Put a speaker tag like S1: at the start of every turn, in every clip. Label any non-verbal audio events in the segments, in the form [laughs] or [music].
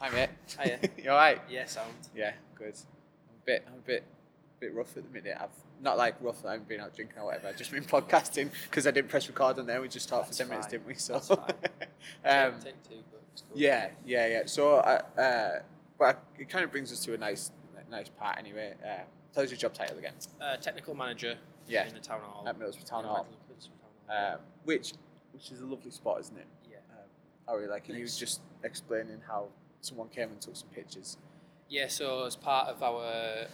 S1: Hi mate.
S2: Hiya.
S1: [laughs] you alright?
S2: Yeah, sound.
S1: Yeah, good. I'm a bit, I'm a bit, bit rough at the minute. I've not like rough. I've been out drinking or whatever. I've just been [laughs] podcasting because I didn't press record on there. We just talked for
S2: That's
S1: ten minutes,
S2: fine.
S1: didn't we? So, [laughs]
S2: That's fine.
S1: um,
S2: take, take two, but it's cool.
S1: yeah, yeah, yeah. So, uh, uh, but it kind of brings us to a nice, nice part anyway. Uh, tell us your job title again.
S2: Uh, technical manager
S1: Yeah,
S2: in the town hall.
S1: at Middlesbrough Town
S2: Yeah,
S1: Hall,
S2: Middlesbrough Town Hall.
S1: um, which, which is a lovely spot, isn't it?
S2: yeah.
S1: Oh, really? Like, and you were
S2: Thanks.
S1: just explaining how someone came and took some pictures.
S2: Yeah, so as part of our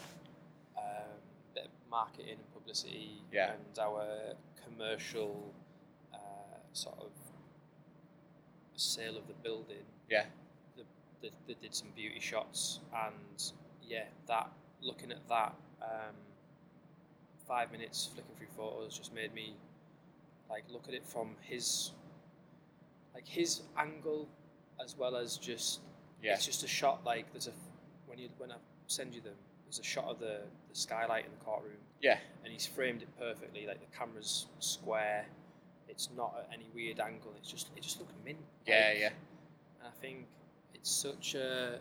S2: um, bit of marketing and publicity
S1: Yeah.
S2: and our commercial uh, sort of sale of the building,
S1: Yeah.
S2: they, they did some beauty shots and yeah, that looking at that um, five minutes flicking through photos just made me like look at it from his like his angle as well as just
S1: Yeah.
S2: it's just a shot like there's a when you when I send you them there's a shot of the, the skylight in the courtroom
S1: Yeah.
S2: and he's framed it perfectly like the camera's square it's not at any weird angle it's just it just looked mint
S1: Yeah.
S2: like,
S1: Yeah.
S2: I think it's such a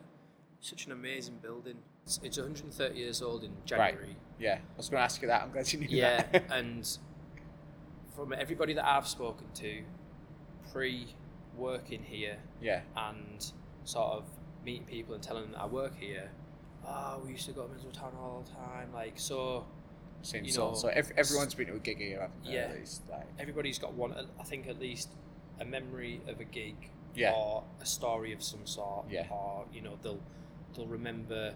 S2: such an amazing building. It's, it's 130 years old in
S1: Right.
S2: January.
S1: [laughs] Yeah. I was going to ask you that. I'm glad you knew
S2: Yeah,
S1: that. [laughs]
S2: and from everybody that I've spoken to, pre working here
S1: yeah.
S2: and sort of meeting people and telling them that I work here, oh, we used to go to Middlesbrough Town Hall all the time. Like so,
S1: Same
S2: you
S1: sort.
S2: know,
S1: so ev- everyone's been to a gig here, haven't they?
S2: Yeah.
S1: At least, like,
S2: everybody's got one. I think at least a memory of a gig
S1: yeah.
S2: or a story of some sort,
S1: Yeah.
S2: or you know they'll they'll remember.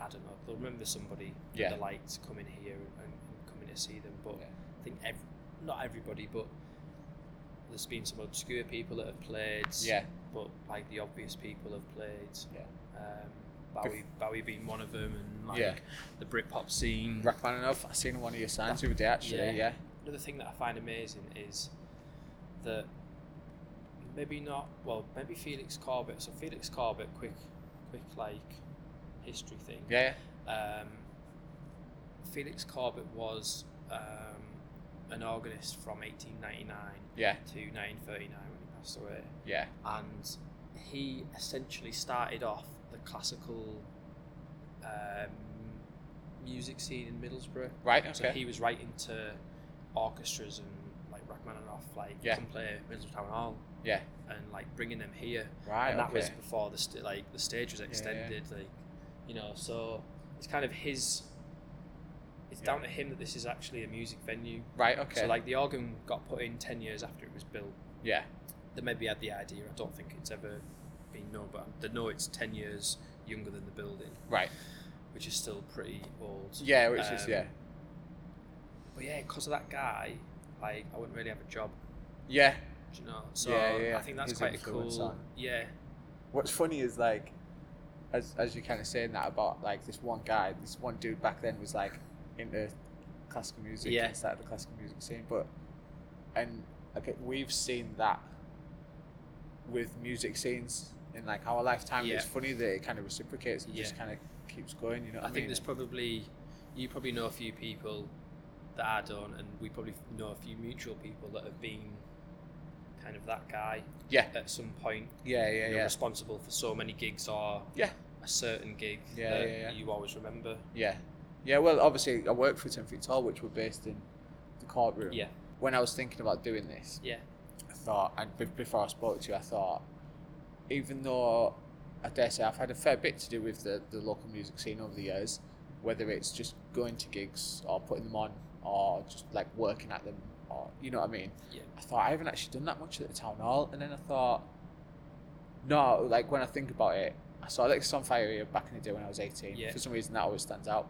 S2: I don't know. They'll remember somebody
S1: Yeah.
S2: that they liked coming here and, and coming to see them. But
S1: Yeah.
S2: I think ev- not everybody, but there's been some obscure people that have played.
S1: Yeah.
S2: But like the obvious people have played.
S1: Yeah.
S2: Um, Bowie, Bowie being one of them, and like
S1: Yeah.
S2: the Britpop scene.
S1: Rachmaninoff. I seen one of your signs the other day. Actually, yeah.
S2: Yeah. another thing that I find amazing is that maybe not well maybe Felix Corbett so Felix Corbett quick quick like history thing
S1: Yeah.
S2: um, Felix Corbett was um, an organist from 1899
S1: Yeah.
S2: to 1939 when he passed away
S1: Yeah.
S2: and he essentially started off the classical um, music scene in Middlesbrough
S1: Right.
S2: so
S1: Okay.
S2: he was writing to orchestras and like Rachmaninoff, like
S1: Yeah.
S2: come play Middlesbrough Town Hall,
S1: yeah.
S2: and like bringing them here.
S1: Right.
S2: and that
S1: okay.
S2: was before the st- like the stage was extended, like you know. So it's kind of his. It's
S1: Yeah.
S2: down to him that this is actually a music venue.
S1: right. Okay.
S2: So like the organ got put in ten years after it was built.
S1: yeah.
S2: They maybe had the idea. I don't think it's ever been known, but they know it's ten years younger than the building,
S1: Right.
S2: which is still pretty old.
S1: Yeah. Which is
S2: Um,
S1: yeah.
S2: But yeah, because of that guy, like I wouldn't really have a job,
S1: Yeah.
S2: do you know. So
S1: Yeah, yeah,
S2: I think that's
S1: his
S2: quite a
S1: influence
S2: cool.
S1: on-
S2: Yeah,
S1: What's funny is like, as as you kind of saying that about like this one guy, this one dude back then was like into classical music.
S2: Yeah.
S1: and Started the classical music scene, but and okay, we've seen that with music scenes in like our lifetime.
S2: Yeah.
S1: It's funny that it kind of reciprocates and just
S2: Yeah.
S1: kind of keeps going. You know
S2: I
S1: what I,
S2: think
S1: mean?
S2: there's probably you probably know a few people that I don't, and we probably know a few mutual people that have been kind of that guy
S1: yeah.
S2: at some point.
S1: Yeah. Yeah.
S2: you know,
S1: Yeah.
S2: responsible for so many gigs or
S1: Yeah.
S2: a certain gig
S1: Yeah,
S2: that
S1: yeah, yeah.
S2: you always remember.
S1: Yeah. Yeah, well, obviously, I work for 10 Feet Tall, which were based in the courtroom.
S2: Yeah,
S1: When I was thinking about doing this,
S2: yeah,
S1: I thought, and be- before I spoke to you, I thought, even though I dare say I've had a fair bit to do with the, the local music scene over the years, whether it's just going to gigs or putting them on or just like working at them or, you know what I mean?
S2: yeah,
S1: I thought I haven't actually done that much at the town hall, and then I thought, no, like when I think about it, I saw Alexis on Fire here back in the day when I was eighteen.
S2: Yeah.
S1: For some reason, that always stands out.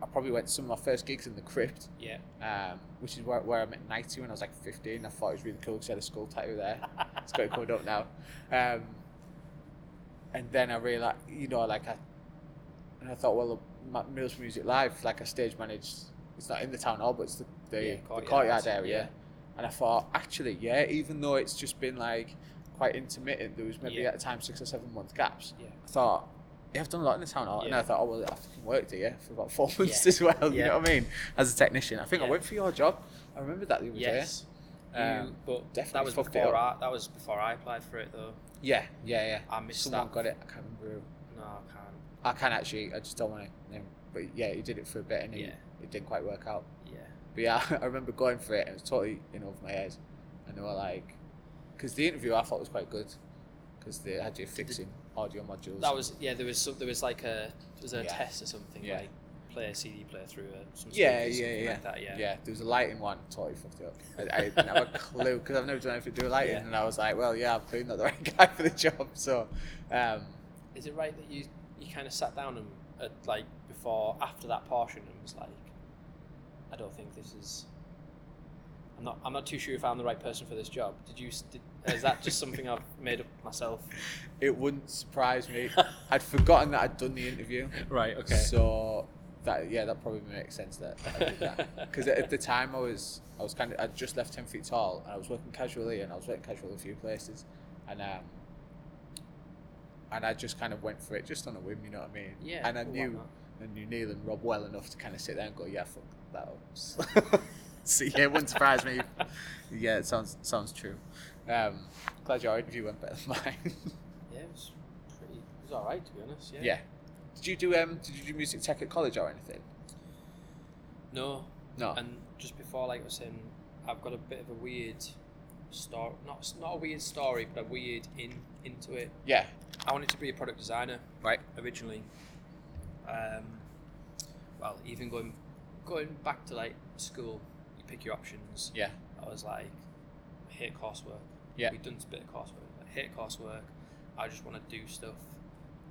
S1: I probably went to some of my first gigs in the Crypt,
S2: yeah.
S1: um, which is where, where I met Nighty when I was like fifteen. I thought it was really cool because he had a skull tattoo there. it's got it covered up now. Um, and then I realized, you know, like I, and I thought, well, my Mills Music Live, like I stage managed. It's not in the town hall, but it's the the,
S2: Yeah,
S1: the courtyard,
S2: courtyard,
S1: area.
S2: yeah.
S1: And I thought, actually, yeah, even though it's just been like quite intermittent, there was maybe
S2: Yeah.
S1: at the time six or seven month gaps.
S2: Yeah.
S1: I thought, yeah, I've done a lot in the town hall, and
S2: Yeah.
S1: I thought, oh well, I fucking worked here for about four [laughs] months
S2: Yeah.
S1: as well. You
S2: Yeah.
S1: know what I mean? As a technician, I think I
S2: Yeah.
S1: went for your job. I remember that the other
S2: Yes.
S1: day. Um,
S2: but
S1: definitely
S2: that was
S1: football.
S2: before I, that was before I applied for it though.
S1: Yeah, yeah, yeah.
S2: I missed
S1: Someone
S2: that.
S1: got it. I can't remember. Who.
S2: No, I can't.
S1: I can actually. I just don't want to name. But yeah, he did it for a bit and he,
S2: Yeah.
S1: it didn't quite work out.
S2: Yeah.
S1: But yeah, [laughs] I remember going for it and it was totally in over my head. And they were like, because the interview I thought was quite good because they had you fixing audio modules.
S2: That was yeah. There was some, there was like a was there a
S1: Yeah.
S2: test or something
S1: Yeah.
S2: like play a CD player through a some
S1: Yeah,
S2: speakers,
S1: yeah,
S2: something
S1: yeah.
S2: like that, yeah.
S1: there was a lighting one, totally fucked it up. I, I didn't have a clue because I've never done anything to do with lighting,
S2: Yeah.
S1: and I was like, well, yeah, I'm clearly not the [laughs] right guy for the job. So, um,
S2: Is it right that you you kind of sat down and uh, like before after that portion and was like, I don't think this is. I'm not. I'm not too sure if I'm the right person for this job. Did you? s- Did, is that just something I've made up
S1: [laughs]
S2: myself?
S1: it wouldn't surprise
S2: [laughs]
S1: me. I'd forgotten that I'd done the interview,
S2: Right.
S1: so that yeah, that probably makes sense that I did that
S2: [laughs]
S1: because at the time I was I was kind of I just left ten feet tall and I was working casually and I was working casually a few places, and um, and I just kind of went for it just on a whim, you know what I mean?
S2: Yeah.
S1: and I
S2: well, why
S1: knew.
S2: not?
S1: and you Neil and Rob well enough to kind of sit there and go, yeah, fuck that up. [laughs] so yeah, it wouldn't surprise
S2: [laughs]
S1: me. Yeah, it sounds sounds true. Um, glad your interview went better than mine. [laughs]
S2: Yeah, it was pretty. It was all right to be honest. Yeah.
S1: yeah. Did you do um? Did you do music tech at college or anything?
S2: No,
S1: No.
S2: and just before, like I was saying, I've got a bit of a weird story. Not not a weird story, but a weird in into it.
S1: yeah.
S2: I wanted to be a product designer
S1: Right.
S2: originally. Um, well, even going going back to like school, you pick your options.
S1: Yeah.
S2: I was like, I hate coursework.
S1: Yeah.
S2: We've done a bit of coursework. I hate coursework. I just want to do stuff.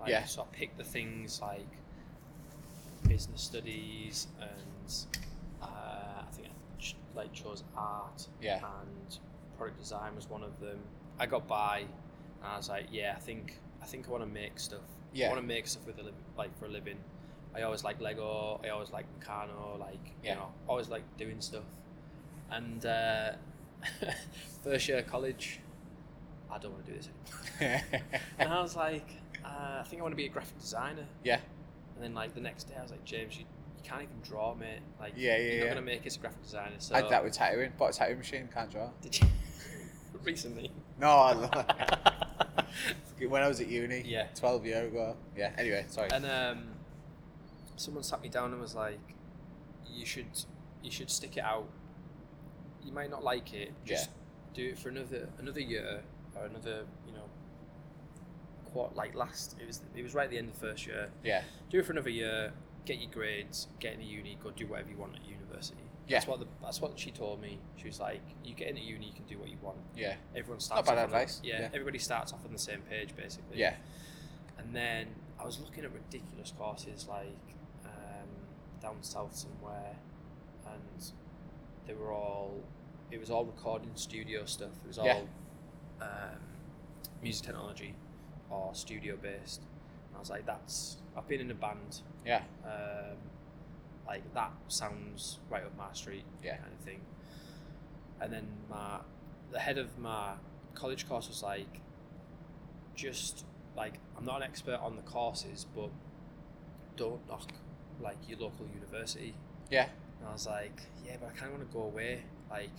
S2: Like,
S1: Yeah.
S2: So I picked the things like business studies and uh, I think I ch- like chose art
S1: Yeah. [laughs]
S2: and product design was one of them. I got by and I was like, yeah, I think I think I want to make stuff.
S1: Yeah.
S2: I want to make stuff with a li- like for a living. I always like Lego. I always like Meccano. Like
S1: Yeah.
S2: you know, always like doing stuff. And uh, [laughs] first year of college, I don't want to do this anymore. and I was like, uh, I think I want to be a graphic designer.
S1: yeah.
S2: And then like the next day, I was like, James, you, you can't even draw, mate. Like
S1: Yeah, yeah,
S2: you're not
S1: yeah.
S2: gonna make it as a graphic designer. So
S1: I did that with tattooing. Bought a tattooing machine. Can't draw.
S2: [laughs] did you [laughs] recently?
S1: No. I love it. [laughs] when I was at uni.
S2: Yeah.
S1: Twelve year ago. Yeah. Anyway, [laughs] sorry.
S2: and um, someone sat me down and was like, "You should, you should stick it out. You might not like it. Just do it for another another year or another, you know, quite like last. It was it was right at the end of the first year.
S1: yeah.
S2: Do it for another year. Get your grades. Get into uni. Go do whatever you want at university.
S1: Yeah.
S2: That's what the, that's what she told me. She was like, "You get into uni, you can do what you want.
S1: Yeah.
S2: Everyone starts
S1: bad
S2: off on the-
S1: advice.
S2: yeah,
S1: Yeah.
S2: everybody starts off on the same page basically.
S1: Yeah.
S2: And then I was looking at ridiculous courses like um, down south somewhere, and they were all it was all recording studio stuff. It was all
S1: Yeah.
S2: um, music technology or studio based. And I was like, that's I've been in a band,
S1: Yeah.
S2: um, like that sounds right up my street,
S1: Yeah.
S2: kind of thing. And then my the head of my college course was like, just like I'm not an expert on the courses, but don't knock like your local university.
S1: Yeah.
S2: And I was like, yeah, but I kind of want to go away. Like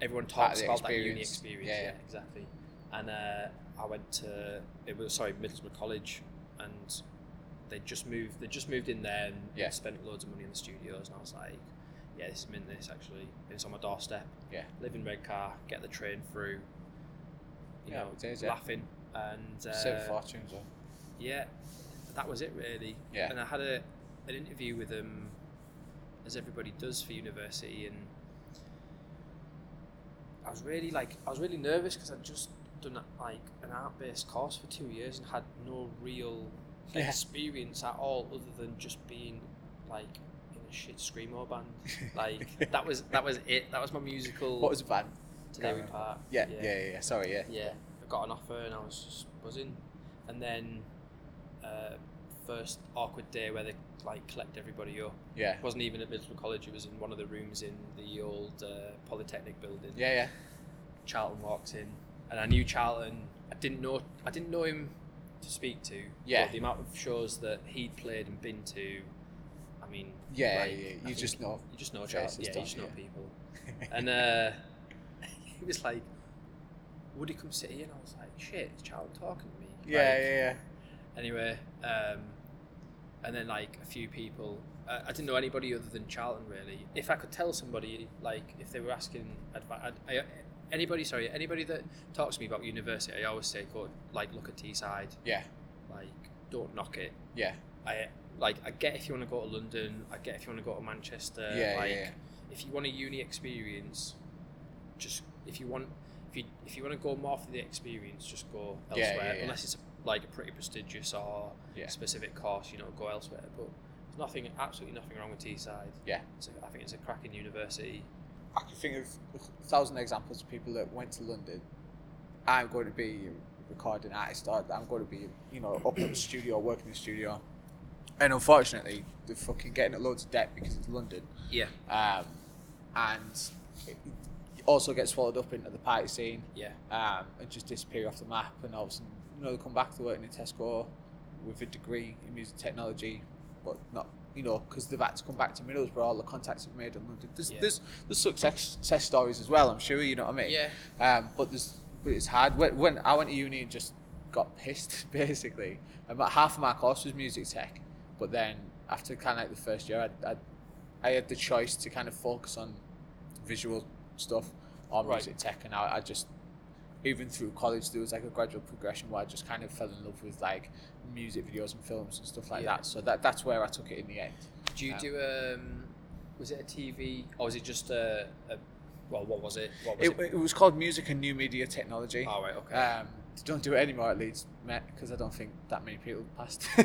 S2: everyone
S1: Part of
S2: talks
S1: the
S2: about that uni
S1: experience.
S2: experience.
S1: Yeah,
S2: Yeah,
S1: yeah.
S2: exactly. And uh, I went to it was sorry Middlesbrough College, and they just moved. They just moved in there and
S1: Yeah.
S2: spent loads of money in the studios. And I was like, yeah, this is mint. This actually, it's on my doorstep.
S1: Yeah.
S2: live in Redcar, get the train through. You
S1: Yeah,
S2: know,
S1: it is, yeah.
S2: laughing and uh,
S1: Save fortunes. Or...
S2: yeah, that was it really.
S1: Yeah.
S2: And I had a an interview with them, as everybody does for university, and I was really like I was really nervous because I'd just done like an art based course for two years and had no real
S1: Yeah.
S2: experience at all other than just being like in a shit screamo band.
S1: [laughs]
S2: Like that was that was it. That was my musical.
S1: What was the band?
S2: today we
S1: Gareth?
S2: part?
S1: Yeah. Yeah. Yeah. yeah. Sorry. Yeah.
S2: yeah, I got an offer and I was just buzzing. And then, uh, first awkward day where they like collect everybody up.
S1: Yeah.
S2: It wasn't even at Middlesbrough College. It was in one of the rooms in the old uh, Polytechnic building.
S1: Yeah. Yeah.
S2: Charlton walks in, and I knew Charlton. I didn't know. I didn't know him to speak to.
S1: Yeah.
S2: But the amount of shows that he'd played and been to, I mean.
S1: Yeah,
S2: like,
S1: yeah,
S2: I
S1: you
S2: think
S1: just know.
S2: You just know
S1: faces, [laughs]
S2: Charlton. Yeah. You
S1: don't
S2: just [laughs]
S1: you?
S2: know people. and uh, was like, "Would he come sit here?" And I was like, "Shit, is Charlton talking to me?"
S1: Yeah,
S2: Like,
S1: yeah,
S2: Anyway, um, and then like a few people, uh, I didn't know anybody other than Charlton really. If I could tell somebody, like if they were asking advice, I, anybody, sorry, anybody that talks to me about university, I always say, go like look at Teesside,
S1: yeah,
S2: like don't knock it.
S1: yeah,
S2: I like I get if you want to go to London, I get if you want to go to Manchester,
S1: yeah, yeah,
S2: like
S1: yeah,
S2: if you want a uni experience, just if you want if you if you want to go more for the experience, just go
S1: Yeah,
S2: elsewhere.
S1: yeah, yeah.
S2: Unless it's like a pretty prestigious or
S1: Yeah.
S2: specific course, you know, go elsewhere. But there's nothing, absolutely nothing wrong with Teesside.
S1: yeah.
S2: So I think it's a cracking university.
S1: I can think of a thousand examples of people that went to London. I'm going to be a recording artist. Or I'm going to be, you know, up in the studio, working in the studio. And unfortunately, they're fucking getting at loads of debt because it's London.
S2: Yeah,
S1: Um, and it it also gets swallowed up into the party scene
S2: yeah,
S1: um, and just disappear off the map. And all of a sudden, you know, they come back to working in Tesco with a degree in music technology, but not, you know, because they've had to come back to Middlesbrough, all the contacts they've made in London. There's,
S2: Yeah.
S1: there's, there's success, success stories as well, I'm sure, you know what I mean?
S2: yeah,
S1: Um, but there's, but it's hard. When, when I went to uni and just got pissed, [laughs] basically, about half of my course was music tech. But then after kind of like the first year, I, I, I had the choice to kind of focus on visual stuff or
S2: Right.
S1: music tech, and I, I just even through college there was like a gradual progression where I just kind of fell in love with like music videos and films and stuff like
S2: Yeah.
S1: that. So that that's where I took it in the end.
S2: Do you
S1: Um,
S2: do um? Was it a TV or was it just a, a well? What was it? What was
S1: It,
S2: it?
S1: it was called Music and New Media Technology.
S2: All
S1: [laughs]
S2: right, okay.
S1: Um, they don't do it anymore at Leeds Met because I don't think that many people passed. [laughs]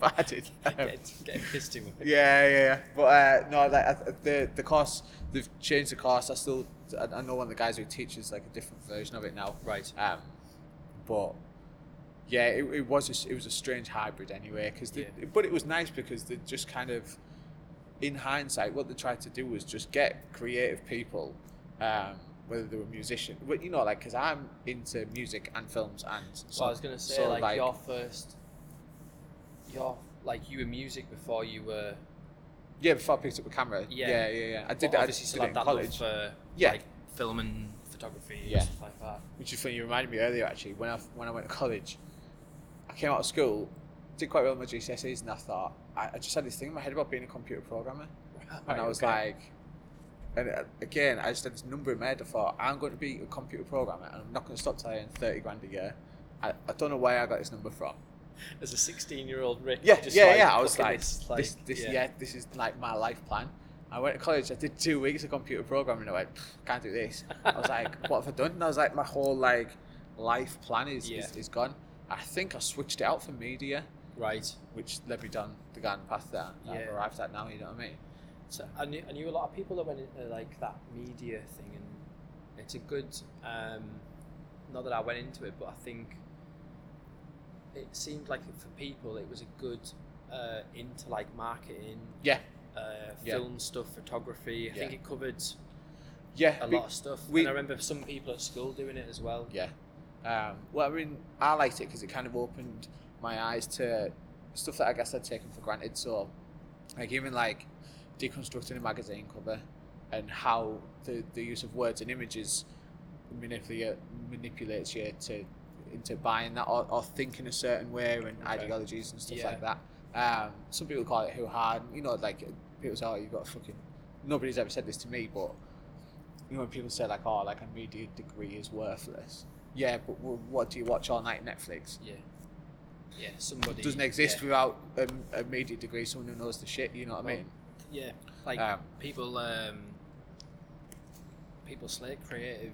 S1: but I did. Um,
S2: get, get pissed too much.
S1: yeah, yeah, yeah. But uh, no, like I, th- the the course they've changed the course. I still I, I know one of the guys who teaches like a different version of it now.
S2: Right.
S1: Um, but yeah, it, it was a, s- it was a strange hybrid anyway. Because
S2: Yeah.
S1: but it was nice because they just kind of, in hindsight, what they tried to do was just get creative people, um, whether they were musicians, well, you know, like because I'm into music and films and. So
S2: Well, I was gonna say
S1: so,
S2: like, your first, your like you were music before you were
S1: yeah, before I picked up a camera.
S2: Yeah.
S1: Yeah, yeah, yeah. I did.
S2: well,
S1: that I
S2: obviously
S1: did it
S2: still had
S1: in
S2: that love
S1: college.
S2: for
S1: Yeah.
S2: like film and photography
S1: Yeah.
S2: and stuff like that.
S1: which is funny. You reminded me earlier actually when I when I went to college, I came out of school, did quite well in my GCSEs, and I thought I, I just had this thing in my head about being a computer programmer, and I was like, and uh, again I just had this number in my head. I thought I'm going to be a computer programmer, and I'm not going to stop till I earn thirty grand a year. I, I don't know where I got this number from.
S2: as a sixteen-year-old Rick,
S1: Yeah,
S2: just
S1: yeah,
S2: like,
S1: yeah. I was
S2: looking
S1: like,
S2: at
S1: this,
S2: like,
S1: this, yeah. this is like my life plan. I went to college. I did two weeks of computer programming. I went, "Pff, can't do this. I was
S2: [laughs]
S1: like, what have I done? And I was like, my whole like life plan is
S2: Yeah.
S1: is, is gone. I think I switched it out for media,
S2: right.
S1: which led me down the garden path that I've
S2: Yeah.
S1: arrived at now. You know what I mean?
S2: So I knew, I knew a lot of people that went into like that media thing, and it's a good. Um, not that I went into it, but I think it seemed like for people it was a good uh, into like marketing,
S1: Yeah,
S2: uh,
S1: Yeah.
S2: film stuff, photography. I think
S1: Yeah.
S2: it covered
S1: yeah.
S2: a
S1: we-
S2: lot of stuff.
S1: we-
S2: and I remember some people at school doing it as well.
S1: Yeah. Um, well, I mean, I liked it because it kind of opened my eyes to stuff that I guess I'd taken for granted. So, like even like deconstructing a magazine cover and how the, the use of words and images manipulate manipulates you to into buying that or, or thinking a certain way and
S2: Okay.
S1: ideologies and stuff
S2: Yeah.
S1: like that. Um, some people call it hoo hard. You know, like people say, "Oh, you've got a fucking." Nobody's ever said this to me, but you know, when people say like, "Oh, like a media degree is worthless." Yeah, but w- what do you watch all night? Netflix
S2: Yeah, yeah. Somebody
S1: doesn't exist
S2: yeah.
S1: without a, a media degree. Someone who knows the shit. You know what I mean?
S2: Yeah, like
S1: Um,
S2: people, um, people slate creative,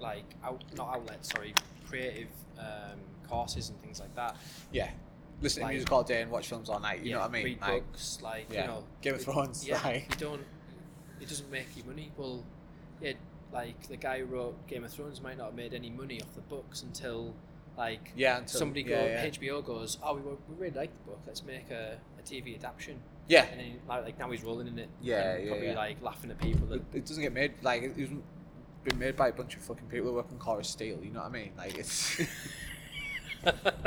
S2: like out, not outlets, sorry, creative um, courses and things like that.
S1: Yeah, listen
S2: Like-
S1: to music all day and watch films all night. You
S2: yeah,
S1: know what I mean?
S2: Read
S1: Like,
S2: books, like
S1: yeah,
S2: you know,
S1: Game of
S2: it-
S1: Thrones,
S2: Yeah,
S1: like-
S2: you don't. It doesn't make you money. Well, yeah, like the guy who wrote Game of Thrones might not have made any money off the books until like
S1: yeah, until,
S2: somebody
S1: yeah,
S2: go
S1: yeah.
S2: HBO goes, oh, we, wa- we really like the book. Let's make a, a TV adaptation.
S1: yeah,
S2: And then like, like now he's rolling in it.
S1: Yeah,
S2: and
S1: yeah,
S2: Probably
S1: yeah.
S2: like laughing at people
S1: [laughs]
S2: that [laughs]
S1: it, it doesn't get made like it was been made by a bunch of fucking people who work on Chorus Steel. You know what I mean? Like it's
S2: [laughs]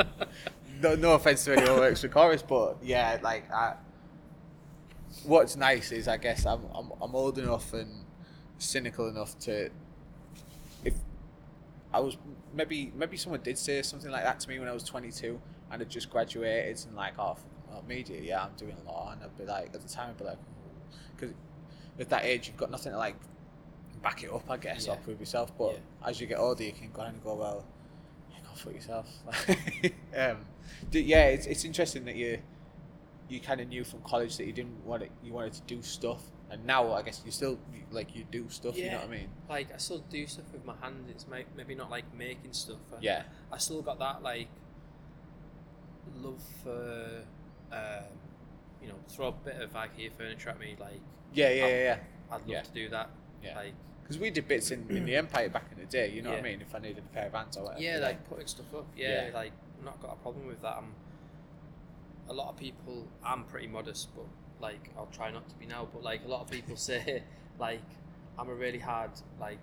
S1: no no offense to anyone who works for Chorus, but yeah, like I, what's nice is I guess I'm I'm, I'm old enough and cynical enough to I was maybe maybe someone did say something like that to me when I was 22 and had just graduated and like oh well, media yeah I'm doing law and I'd be like at the time I'd be like because at that age you've got nothing to like back it up I guess or
S2: Yeah.
S1: prove yourself but as you get older you can go on and go well yeah, go for yourself [laughs] um, d- yeah it's, it's interesting that you you kind of knew from college that you didn't want it you wanted to do stuff and now I guess you still like you do stuff you know
S2: Yeah.
S1: what I mean
S2: Like I still do stuff with my hand. It's may- maybe not like making stuff. I-
S1: yeah
S2: I still got that like love for um, you know throw a bit of IKEA furniture at me. Like
S1: yeah yeah yeah, yeah.
S2: I'd love
S1: Yeah.
S2: to do that.
S1: Yeah.
S2: Like
S1: Because we did bits in, in the Empire back in the day, you know what I
S2: Yeah.
S1: mean? If I needed a pair of hands or whatever.
S2: yeah,
S1: you know.
S2: like putting stuff up. Yeah,
S1: Yeah.
S2: like not got a problem with that. I'm a lot of people. I'm pretty modest, but like I'll try not to be now. But like a lot
S1: [laughs]
S2: of people say, like I'm a really hard like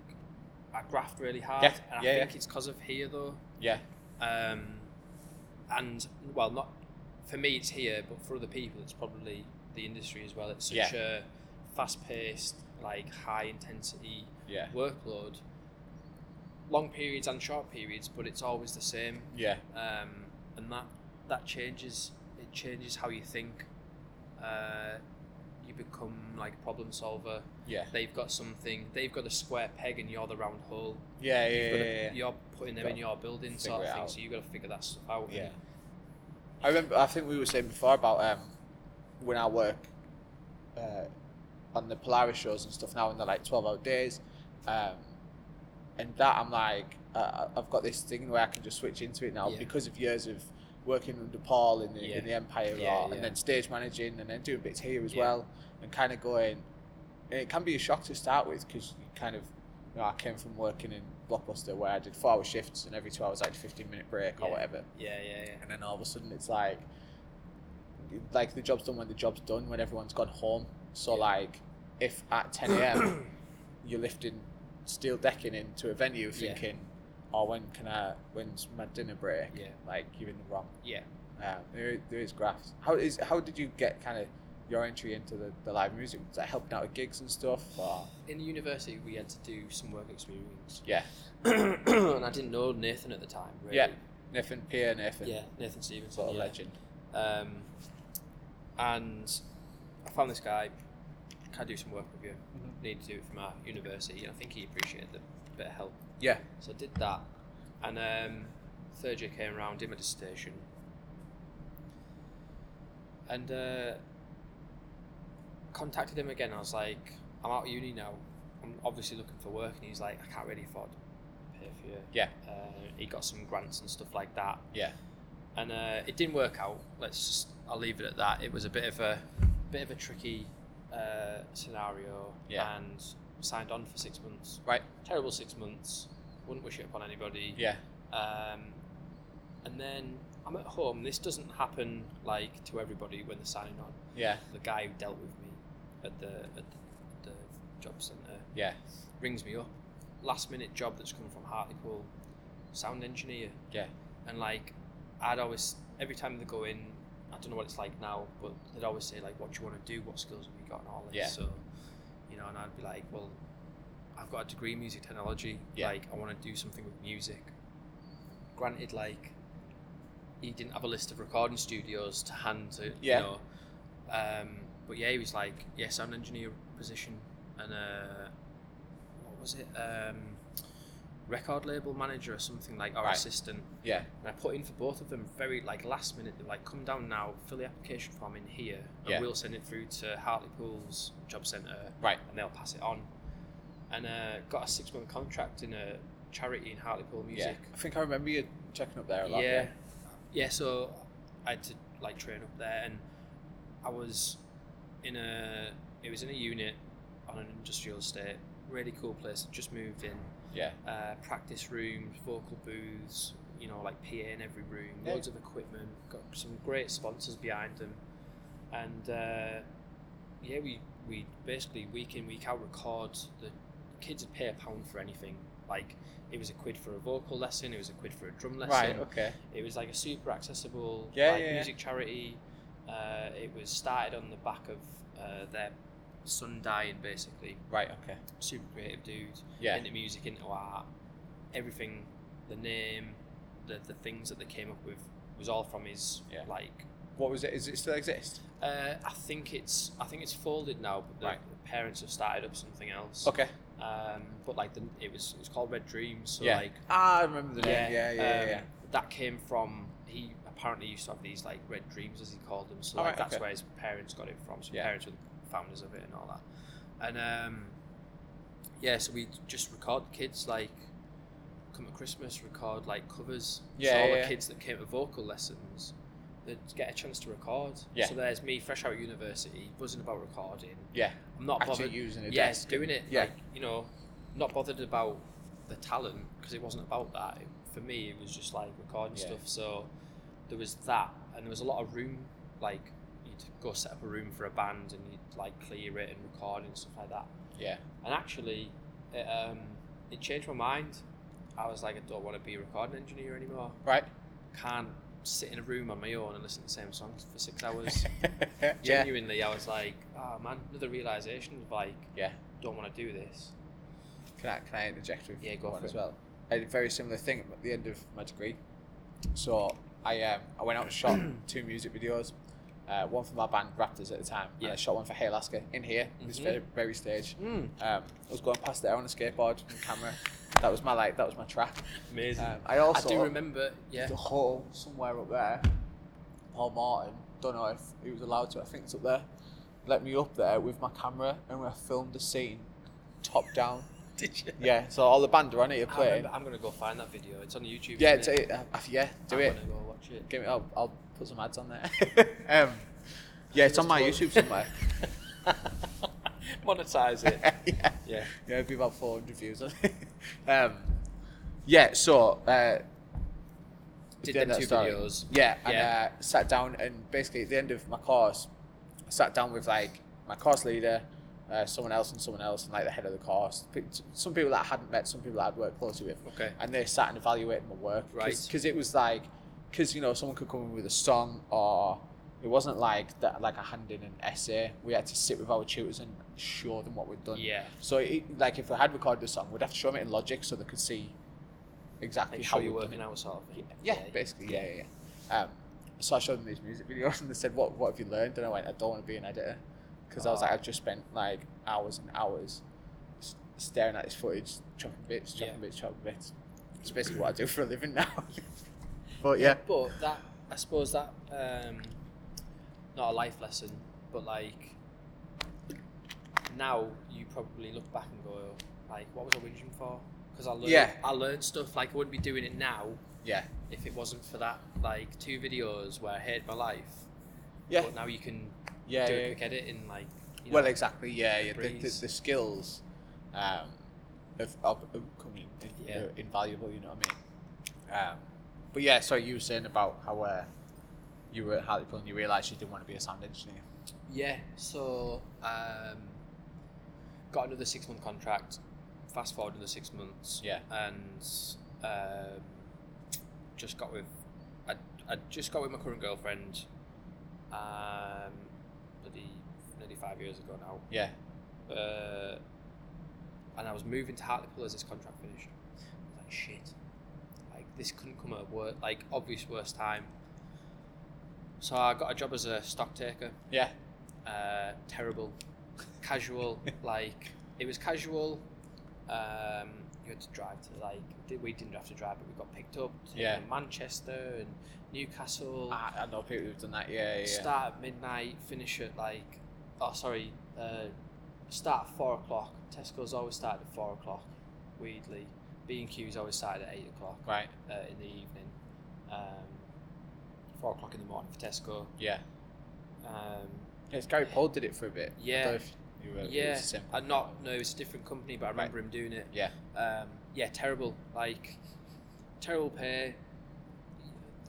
S2: I graft really hard.
S1: Yeah,
S2: And I
S1: yeah, yeah.
S2: think it's because of here though.
S1: Yeah,
S2: um, and well, not for me it's here, but for other people it's probably the industry as well. It's such
S1: Yeah.
S2: a fast-paced, like high-intensity
S1: yeah,
S2: workload, long periods and short periods, but it's always the same,
S1: yeah,
S2: um, and that that changes. It changes how you think. Uh, you become like a problem solver.
S1: yeah,
S2: They've got something. They've got a square peg, and you're the round hole
S1: yeah, yeah,
S2: you've gotta-
S1: yeah, yeah.
S2: you're putting them in
S1: Gotta
S2: your building
S1: figure
S2: sort
S1: it
S2: of thing,
S1: out.
S2: so you've got to figure that stuff out.
S1: Yeah. I remember. I think we were saying before about um, when I work uh, on the Polaris shows and stuff now, and they're like twelve-hour days, um, and that I'm like, uh, I've got this thing where I can just switch into it now
S2: Yeah.
S1: because of years of working under Paul in the
S2: Yeah.
S1: in the Empire,
S2: Yeah,
S1: or,
S2: yeah.
S1: and then stage managing, and then doing bits here as
S2: Yeah.
S1: well, and kind of going. And it can be a shock to start with because you kind of, you know, I came from working in Blockbuster where I did four-hour shifts and every two hours I had a fifteen-minute break or
S2: Yeah.
S1: whatever
S2: Yeah, yeah, yeah.
S1: and then all of a sudden it's like like the job's done when the job's done when everyone's gone home so
S2: Yeah.
S1: like if at 10 a.m
S2: [coughs]
S1: you're lifting steel decking into a venue
S2: Yeah.
S1: thinking oh when can i when's my dinner break
S2: Yeah.
S1: like you're in the wrong
S2: Yeah.
S1: um, there, i- there is graft how is how did you get kind of your entry into the, the live music was that helping out with gigs and stuff or
S2: In university, we had to do some
S1: [coughs]
S2: work experience,
S1: yeah
S2: and I didn't know Nathan at the time. Really.
S1: Yeah. nathan pierre nathan
S2: yeah, Nathan Stevenson.
S1: sort of
S2: yeah.
S1: legend
S2: Um, and I found this guy. Can I do some work with you?
S1: Mhm.
S2: Need to do it from our university, and I think he appreciated the bit of help.
S1: yeah
S2: So I did that, and um, third year came around, did my dissertation, and uh, contacted him again. I was like, I'm out of uni now. I'm obviously looking for work, and he's like, I can't really afford to pay for you.
S1: Yeah.
S2: Uh, he got some grants and stuff like that,
S1: yeah
S2: and uh, it didn't work out. Let's just, I'll leave it at that. It was a bit of a bit of a tricky uh, scenario,
S1: Yeah.
S2: and signed on for six months
S1: right
S2: terrible six months. Wouldn't wish it upon anybody.
S1: yeah
S2: Um, and then I'm at home. This doesn't happen like to everybody when they're signing on.
S1: yeah
S2: The guy who dealt with me at the at the, the job centre
S1: yeah
S2: rings me up. Last minute job that's come from Hartlepool, sound engineer.
S1: yeah
S2: And like, I'd always every time they go in, I don't know what it's like now, but they'd always say like, "What do you want to do? What skills have you got?" and all this.
S1: Yeah.
S2: So, you know, and I'd be like, "Well, I've got a degree in music technology.
S1: Yeah.
S2: Like, I want to do something with music." Granted, like, he didn't have a list of recording studios to hand to
S1: Yeah.
S2: you know. Um, but yeah, he was like, "Yeah, sound engineer position," and uh, what was it? Um, record label manager or something like, or
S1: Right.
S2: assistant.
S1: yeah
S2: And I put in for both of them very like last minute. They're like, come down now, fill the application form in here, and
S1: Yeah.
S2: we'll send it through to Hartlepool's job centre,
S1: right
S2: and they'll pass it on. And uh, got a six month contract in a charity in Hartlepool
S1: Yeah,
S2: Music.
S1: I think I remember you checking up there a lot.
S2: yeah.
S1: Yeah,
S2: Yeah, so I had to like train up there, and I was in a it was in a unit on an industrial estate, really cool place. Just moved in
S1: yeah,
S2: uh, practice rooms, vocal booths, you know, like PA in every room,
S1: Yeah.
S2: loads of equipment, got some great sponsors behind them. And uh, yeah, we, we basically week in, week out record. The kids would pay a pound for anything. Like it was a quid for a vocal lesson, it was a quid for a drum lesson.
S1: right, okay,
S2: It was like a super accessible
S1: Yeah,
S2: like,
S1: yeah, yeah.
S2: music charity. Uh, it was started on the back of uh, their son dying, basically.
S1: right, okay,
S2: Super creative dude
S1: yeah,
S2: into music, into art, everything the name, the the things that they came up with was all from his
S1: Yeah.
S2: like.
S1: What was it? Is it still exist?
S2: Uh, I think it's I think it's folded now, but the
S1: Right.
S2: parents have started up something else.
S1: Okay.
S2: Um, but like the, it was it was called Red Dreams. So
S1: yeah.
S2: like
S1: ah, I remember the name. Yeah, yeah, yeah.
S2: um,
S1: yeah.
S2: That came from he apparently used to have these like red dreams as he called them. So like,
S1: Alright,
S2: that's
S1: okay.
S2: where his parents got it from. So
S1: Yeah.
S2: parents were the founders of it and all that. And um, yeah, so we just record kids like come at Christmas, record like covers. so
S1: Yeah,
S2: all
S1: yeah, yeah.
S2: the kids that came to vocal lessons, they'd get a chance to record.
S1: Yeah.
S2: So there's me fresh out of university, buzzing about recording.
S1: yeah.
S2: I'm not
S1: Actually
S2: bothered.
S1: using it.
S2: Yes, doing it.
S1: Yeah.
S2: Like, you know, not bothered about the talent because it wasn't about that. It- for me, it was just like recording
S1: Yeah.
S2: stuff. So there was that, and there was a lot of room. Like you'd go set up a room for a band, and you'd like clear it and record and stuff like that.
S1: Yeah.
S2: And actually, it, um, it changed my mind. I was like, I don't want to be a recording engineer anymore.
S1: [laughs] Right.
S2: Can't sit in a room on my own and listen to the same songs for six
S1: [laughs]
S2: hours. Genuinely, I was like, oh man, another realization of like,
S1: Yeah.
S2: don't want to do this.
S1: Can I, can I interject with
S2: Yeah, go
S1: one
S2: for
S1: as
S2: it.
S1: well? I had a very similar thing at the end of my degree. So I um, I went out and [coughs] shot two music videos. Uh, one for my band Raptors at the time. Yeah. Mm-hmm. And
S2: Yeah.
S1: I shot one for Hey Alaska in here, this
S2: Mhm.
S1: very, very stage.
S2: Mm.
S1: Um, I was going past there on a skateboard and camera. That was my like. That was my track.
S2: Amazing.
S1: Um, I
S2: I
S1: also [laughs]
S2: do remember, yeah. [laughs]
S1: the hole somewhere up there. Paul Martin, don't know if he was allowed to, I think it's up there, let me up there with my camera and I filmed the scene top down.
S2: Did you?
S1: Yeah, so all the band are on it, you're
S2: I
S1: playing.
S2: remember, I'm gonna go find that video. It's on YouTube.
S1: Yeah, it's,
S2: isn't
S1: it, uh, yeah, do
S2: I'm
S1: it.
S2: gonna go watch it.
S1: Give me, I'll, I'll put some ads on there. [laughs] um, yeah, it's on my
S2: Just
S1: YouTube
S2: look.
S1: somewhere. [laughs]
S2: Monetize it.
S1: yeah.
S2: [laughs] Yeah.
S1: Yeah, it'd be about 400
S2: [laughs]
S1: views on it. um, yeah, so. Uh,
S2: Did
S1: the
S2: them
S1: end of
S2: two
S1: that story.
S2: videos.
S1: Yeah, and
S2: Yeah.
S1: Uh, sat down and basically at the end of my course, I sat down with like my course leader, uh, someone else, and someone else, and like the head of the course. Pe- Some people that I hadn't met, some people that I'd worked closely with,
S2: Okay.
S1: and they sat and evaluated my work.
S2: Right.
S1: Because it was like, because you know, someone could come in with a song or. It wasn't like that. Like I handed in an essay, we had to sit with our tutors and show them what we'd done.
S2: Yeah.
S1: So, it, like, if I had recorded a song, we'd have to show them it in Logic so they could see exactly
S2: Make
S1: how
S2: sure you're
S1: we'd done it.
S2: working out sort of thing.
S1: Yeah, basically, yeah, yeah. yeah. Um, so I showed them these music [laughs] videos, and they said, "What, what have you learned?" And I went, "I don't want to be an editor," because I was
S2: Oh.
S1: like, I've just spent like hours and hours s- staring at this footage, chopping bits, chopping
S2: Yeah.
S1: bits, chopping bits. It's basically what I do for a living [laughs] now. but yeah,
S2: But that, I suppose that, um, not a life lesson, but like, now you probably look back and go, like, what was I whinging for? Because I learned,
S1: Yeah.
S2: I learned stuff. Like, I wouldn't be doing it now
S1: yeah,
S2: if it wasn't for that, like, two videos where I hated my life.
S1: yeah,
S2: But now you can
S1: yeah.
S2: do
S1: yeah.
S2: a quick edit in like. You know,
S1: well, exactly. Yeah, yeah. The, the,
S2: breeze.
S1: the skills um, have, have come in, in-
S2: Yeah.
S1: are invaluable. You know what I mean? Um, but yeah, so you were saying about how uh, you were at Hartlepool and you realised you didn't want to be a sound engineer.
S2: Yeah. So um, got another six month contract. Fast forward another six months.
S1: Yeah.
S2: And um, just got with. I, I just got with my current girlfriend. Um, bloody nearly five years ago now.
S1: Yeah.
S2: Uh, and I was moving to Hartlepool as this contract finished. I was like, shit. Like this couldn't come at a wor- like obvious worst time. So I got a job as a stock taker
S1: Yeah.
S2: uh, terrible,
S1: [laughs]
S2: casual. like it was casual. Um, you had to drive to like di- we didn't have to drive, but we got picked up. taken
S1: Yeah.
S2: to Manchester and Newcastle.
S1: I, I know people who've done that. Ah, Yeah, yeah. yeah.
S2: Start at midnight, finish at like, oh sorry, uh, start at four o'clock. Tesco's always started at four o'clock. Weedley, B and Q's always started at eight o'clock
S1: Right.
S2: uh, in the evening. Um, four o'clock in the morning for Tesco.
S1: Yeah.
S2: Um,
S1: Yes, Gary Paul did it for a bit.
S2: Yeah.
S1: Don't know if you were- it was
S2: Yeah,
S1: the same
S2: Uh, not no, it's a different company, but I remember him doing it.
S1: Yeah.
S2: Um, yeah, terrible. Like terrible pay.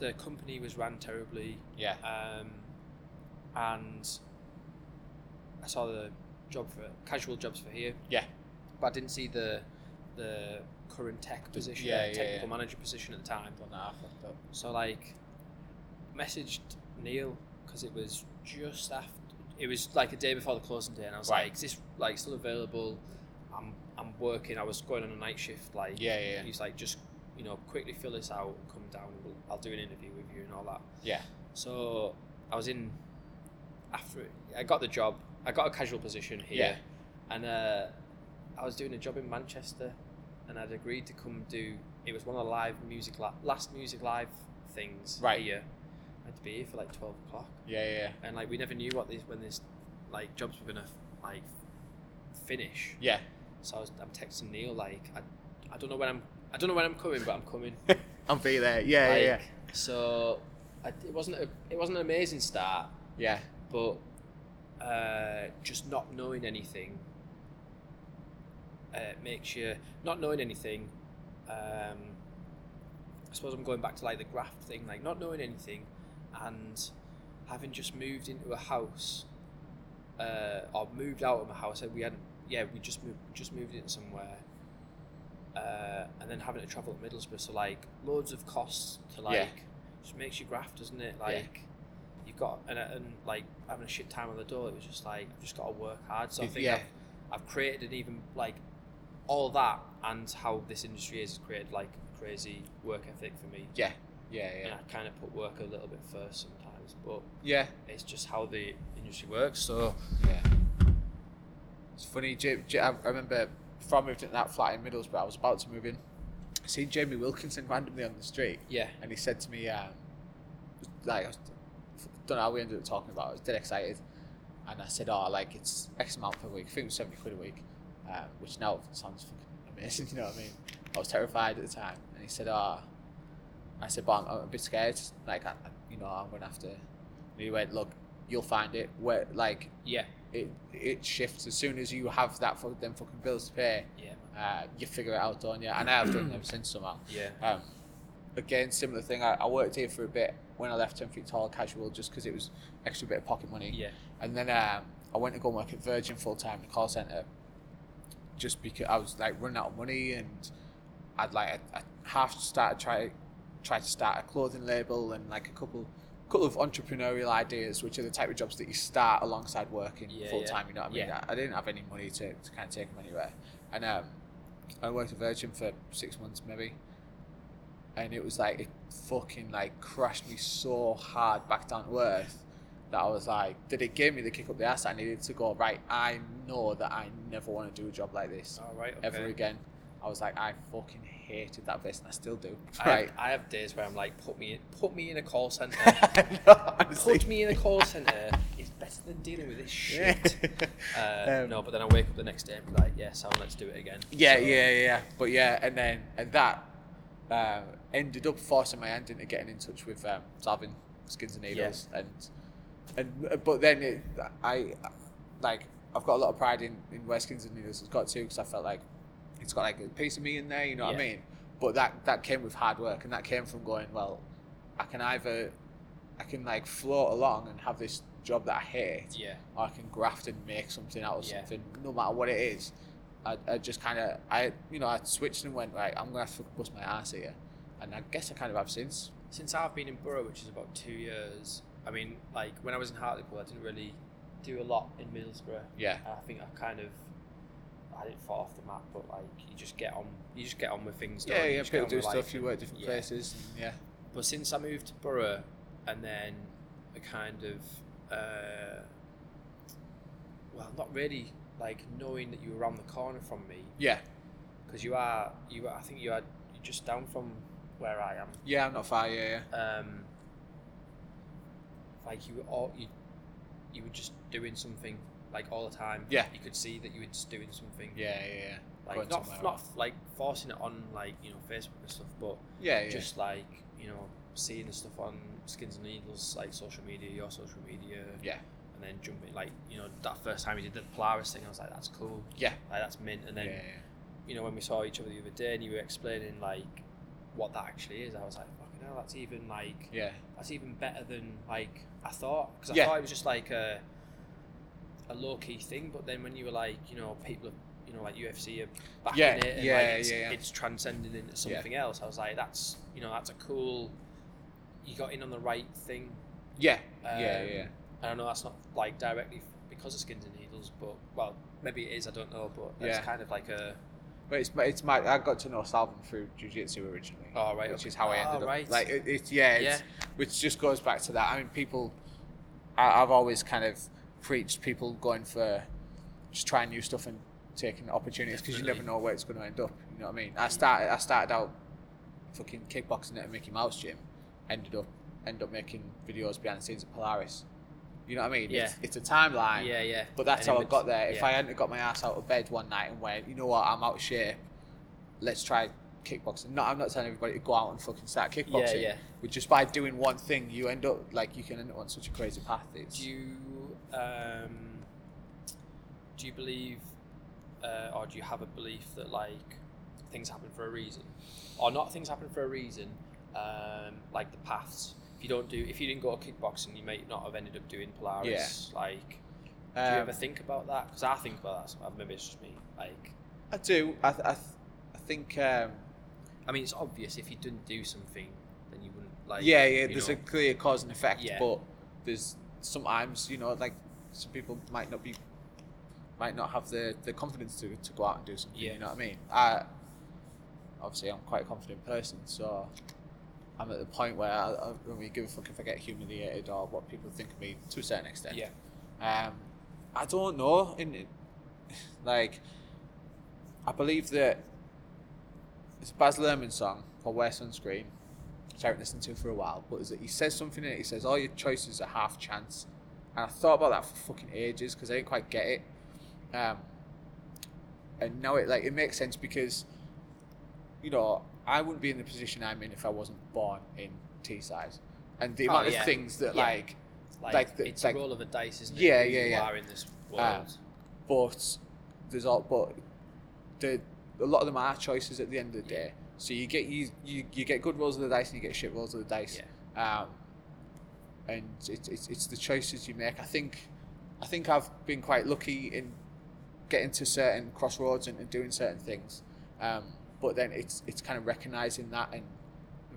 S2: The company was ran terribly,
S1: Yeah.
S2: um, and I saw the job for casual jobs for here,
S1: Yeah.
S2: but I didn't see the the current tech position,
S1: yeah,
S2: uh,
S1: yeah,
S2: technical
S1: yeah.
S2: manager position at the time.
S1: Done that. I fucked up.
S2: So like, messaged Neil because it was just after. It was like a day before the closing day, and I was
S1: Right.
S2: like, "Is this like still available?" I'm I'm working. I was going on a night shift. Like
S1: Yeah, yeah, yeah.
S2: He's like, "Just you know, quickly fill this out and come down. And we'll, I'll do an interview with you and all that.
S1: Yeah.
S2: So I was in after I got the job. I got a casual position here, and uh, I was doing a job in Manchester, and I'd agreed to come do. It was one of the live music li- last music live things
S1: Right.
S2: here. I had to be here for like twelve o'clock,
S1: Yeah, yeah, yeah.
S2: and like we never knew what these when this like jobs were gonna like finish.
S1: Yeah.
S2: So I was, I'm texting Neil like I, I don't know when I'm I don't know when I'm coming, but I'm coming.
S1: I'm be there. Yeah,
S2: like,
S1: yeah,
S2: So I, it wasn't a, it wasn't an amazing start,
S1: yeah.
S2: but uh, just not knowing anything uh, makes you not knowing anything. Um, I suppose I'm going back to like the graft thing, like not knowing anything, and having just moved into a house, uh, or moved out of my house. and We hadn't, yeah, we just moved, just moved in somewhere, uh, and then having to travel to Middlesbrough. So like loads of costs to like, just makes you graft, doesn't it? Like you've got and, and like having a shit time on the door. It was just like I've just got to work hard. So I think
S1: yeah.
S2: I've, I've created an even like all that and how this industry is has created like crazy work ethic for me.
S1: yeah. Yeah, yeah.
S2: And I kind of put work a little bit first sometimes, but
S1: Yeah.
S2: it's just how the industry works. So
S1: Yeah. It's funny, J- J- I I remember before I moved into that flat in Middlesbrough, I was about to move in. I seen Jamie Wilkinson randomly on the street,
S2: yeah,
S1: and he said to me, um, like, I was, don't know how we ended up talking about it, I was dead excited. And I said, oh, like, it's X amount per week, I think it was 70 quid a week, um, which now sounds fucking amazing, [laughs] you know what I mean? I was terrified at the time. And he said, oh, I said, but I'm, I'm a bit scared, like, I, I- you know, I'm going to have to. And he went, look, you'll find it, where, like,
S2: yeah,
S1: it it shifts as soon as you have that for them fucking bills to pay.
S2: yeah, man.
S1: Uh, you figure it out, don't you? And I have done them since somehow.
S2: yeah,
S1: Um, again, similar thing. I, I worked here for a bit when I left Ten Feet Tall Casual just because it was extra bit of pocket money.
S2: yeah,
S1: And then um, I went to go and work at Virgin full time in the call center, just because I was like running out of money and I'd like I, I half started try try to start a clothing label and like a couple couple of entrepreneurial ideas, which are the type of jobs that you start alongside working
S2: Yeah,
S1: full time. You know what I mean?
S2: Yeah.
S1: I, I didn't have any money to, to kind of take them anywhere, and um, I worked at Virgin for six months maybe. And it was like it fucking like crashed me so hard back down to earth that I was like, did it give me the kick up the ass I needed to go, right, I know that I never want to do a job like this
S2: all right, okay.
S1: ever again. I was like, I fucking hated that place and I still do.
S2: I,
S1: Right.
S2: [laughs] have, I have days where I'm like, put me in, put me in a call center.
S1: [laughs] No, honestly.
S2: put me in a call center is better than dealing with this
S1: [laughs] Yeah.
S2: shit. Uh,
S1: Um,
S2: no, but then I wake up the next day and be like, yeah, Sam, let's do it again.
S1: Yeah,
S2: So,
S1: yeah, yeah. But yeah, and then and that uh, ended up forcing my hand into getting in touch with um, Savin Skins and Needles, and and uh, but then it, I like I've got a lot of pride in, in where Skins and Needles has got to because I felt like it's got like a piece of me in there, you know what I
S2: Yeah.
S1: mean? But that that came with hard work, and that came from going well. I can either I can like float along and have this job that I hate,
S2: Yeah,
S1: or I can graft and make something out of
S2: Yeah.
S1: something, no matter what it is. I, I just kind of, I you know, I switched and went right. I'm gonna have to bust my ass here, and I guess I kind of have since.
S2: since I've been in Borough, which is about two years, I mean, like when I was in Hartlepool, I didn't really do a lot in Middlesbrough.
S1: Yeah,
S2: And I think I kind of, I didn't fall off the map, but like you just get on, you just get on with things. don't
S1: yeah,
S2: you? You
S1: yeah.
S2: just get
S1: People
S2: on
S1: do
S2: with life.
S1: stuff. You work different
S2: yeah.
S1: places. And yeah,
S2: But since I moved to Borough, and then I kind of, uh, well, not really like knowing that you were around the corner from me,
S1: yeah,
S2: because you are, you are, I think you are, you're just down from where I am.
S1: yeah. I'm not far. Yeah, yeah.
S2: um, like you were all you, you were just doing something like all the time.
S1: Yeah.
S2: you could see that you were just doing something.
S1: Yeah, yeah, yeah.
S2: like
S1: going
S2: not
S1: somewhere.
S2: not like forcing it on like you know Facebook and stuff, but
S1: Yeah, yeah.
S2: just like you know seeing the stuff on Skins and Needles, like social media, your social media,
S1: yeah,
S2: and then jumping like you know that first time you did the Polaris thing, I was like that's cool,
S1: yeah,
S2: like that's mint, and
S1: yeah,
S2: then
S1: yeah,
S2: you know, when we saw each other the other day and you were explaining like what that actually is, I was like, fucking hell, that's even like
S1: yeah,
S2: that's even better than like I thought because I
S1: Yeah.
S2: thought it was just like a a low key thing, but then when you were like, you know, people, are, you know, like UFC are backing
S1: Yeah,
S2: it, and
S1: yeah,
S2: like it's,
S1: yeah, yeah.
S2: it's transcending into something else. I was like, that's you know, that's a cool. You got in on the right thing.
S1: yeah,
S2: Um,
S1: yeah, yeah.
S2: And I know that's not like directly because of skins and needles, but well, maybe it is. I don't know, but it's
S1: Yeah.
S2: kind of like a
S1: But it's, but it's my I got to know Salvin through jiu-jitsu originally.
S2: Oh, right,
S1: Which
S2: okay.
S1: is how I
S2: Oh,
S1: ended up.
S2: right.
S1: Like it, it's yeah, it's, which just goes back to that. I mean, people. I, I've always kind of preached people going for just trying new stuff and taking opportunities because you never
S2: Definitely.
S1: know where it's going to end up. You know what I mean? I started I started out fucking kickboxing at a Mickey Mouse gym, ended up end up making videos behind the scenes of Polaris. You know what I mean?
S2: Yeah.
S1: It's, it's a timeline.
S2: Yeah, yeah.
S1: But that's
S2: And
S1: how
S2: it
S1: I got
S2: was-
S1: there. If
S2: yeah.
S1: I hadn't have got my ass out of bed one night and went, you know what, I'm out of shape. Let's try kickboxing. No, I'm not telling everybody to go out and fucking start kickboxing.
S2: yeah.
S1: But just by doing one thing, you end up like you can end up on such a crazy path. It's,
S2: Do you um, do you believe, uh, or do you have a belief that like things happen for a reason, or not things happen for a reason? Um, like the paths. If you don't do, if you didn't go to kickboxing, you might not have ended up doing Polaris. Like, do you
S1: Um,
S2: ever think about that? Because I think about that. Sometimes. Maybe it's just me. Like,
S1: I do. I, th- I, th- I think. Um,
S2: I mean, it's obvious if you didn't do something, then you wouldn't like.
S1: yeah, yeah.
S2: you
S1: There's
S2: know.
S1: a clear cause and effect,
S2: Yeah.
S1: but there's sometimes you know like some people might not be, might not have the, the confidence to, to go out and do something.
S2: Yeah.
S1: You know what I mean? I obviously I'm quite a confident person, so I'm at the point where I, I don't really give a fuck if I get humiliated or what people think of me to a certain extent.
S2: yeah,
S1: Um, I don't know. In [laughs] like, I believe that it's a Baz Luhrmann song called "Wear Sunscreen," which I haven't listened to for a while. But is that he says something in it? He says all your choices are half chance, and I thought about that for fucking ages because I didn't quite get it. Um, and now it like it makes sense because you know I wouldn't be in the position I'm in if I wasn't born in Teesside, and the
S2: Oh,
S1: amount
S2: yeah.
S1: of things that
S2: Yeah.
S1: like
S2: like,
S1: like the-
S2: it's
S1: like-
S2: a roll of the dice, isn't it?
S1: Yeah,
S2: who
S1: yeah,
S2: you
S1: yeah.
S2: Are in this world.
S1: Ah. but there's all but the a lot of them are choices at the end of the day. So you get you you, you get good rolls of the dice and you get shit rolls of the dice. Um, and it's it's it's the choices you make. I think I think I've been quite lucky in getting to certain crossroads and, and doing certain things. Um, but then it's it's kind of recognizing that and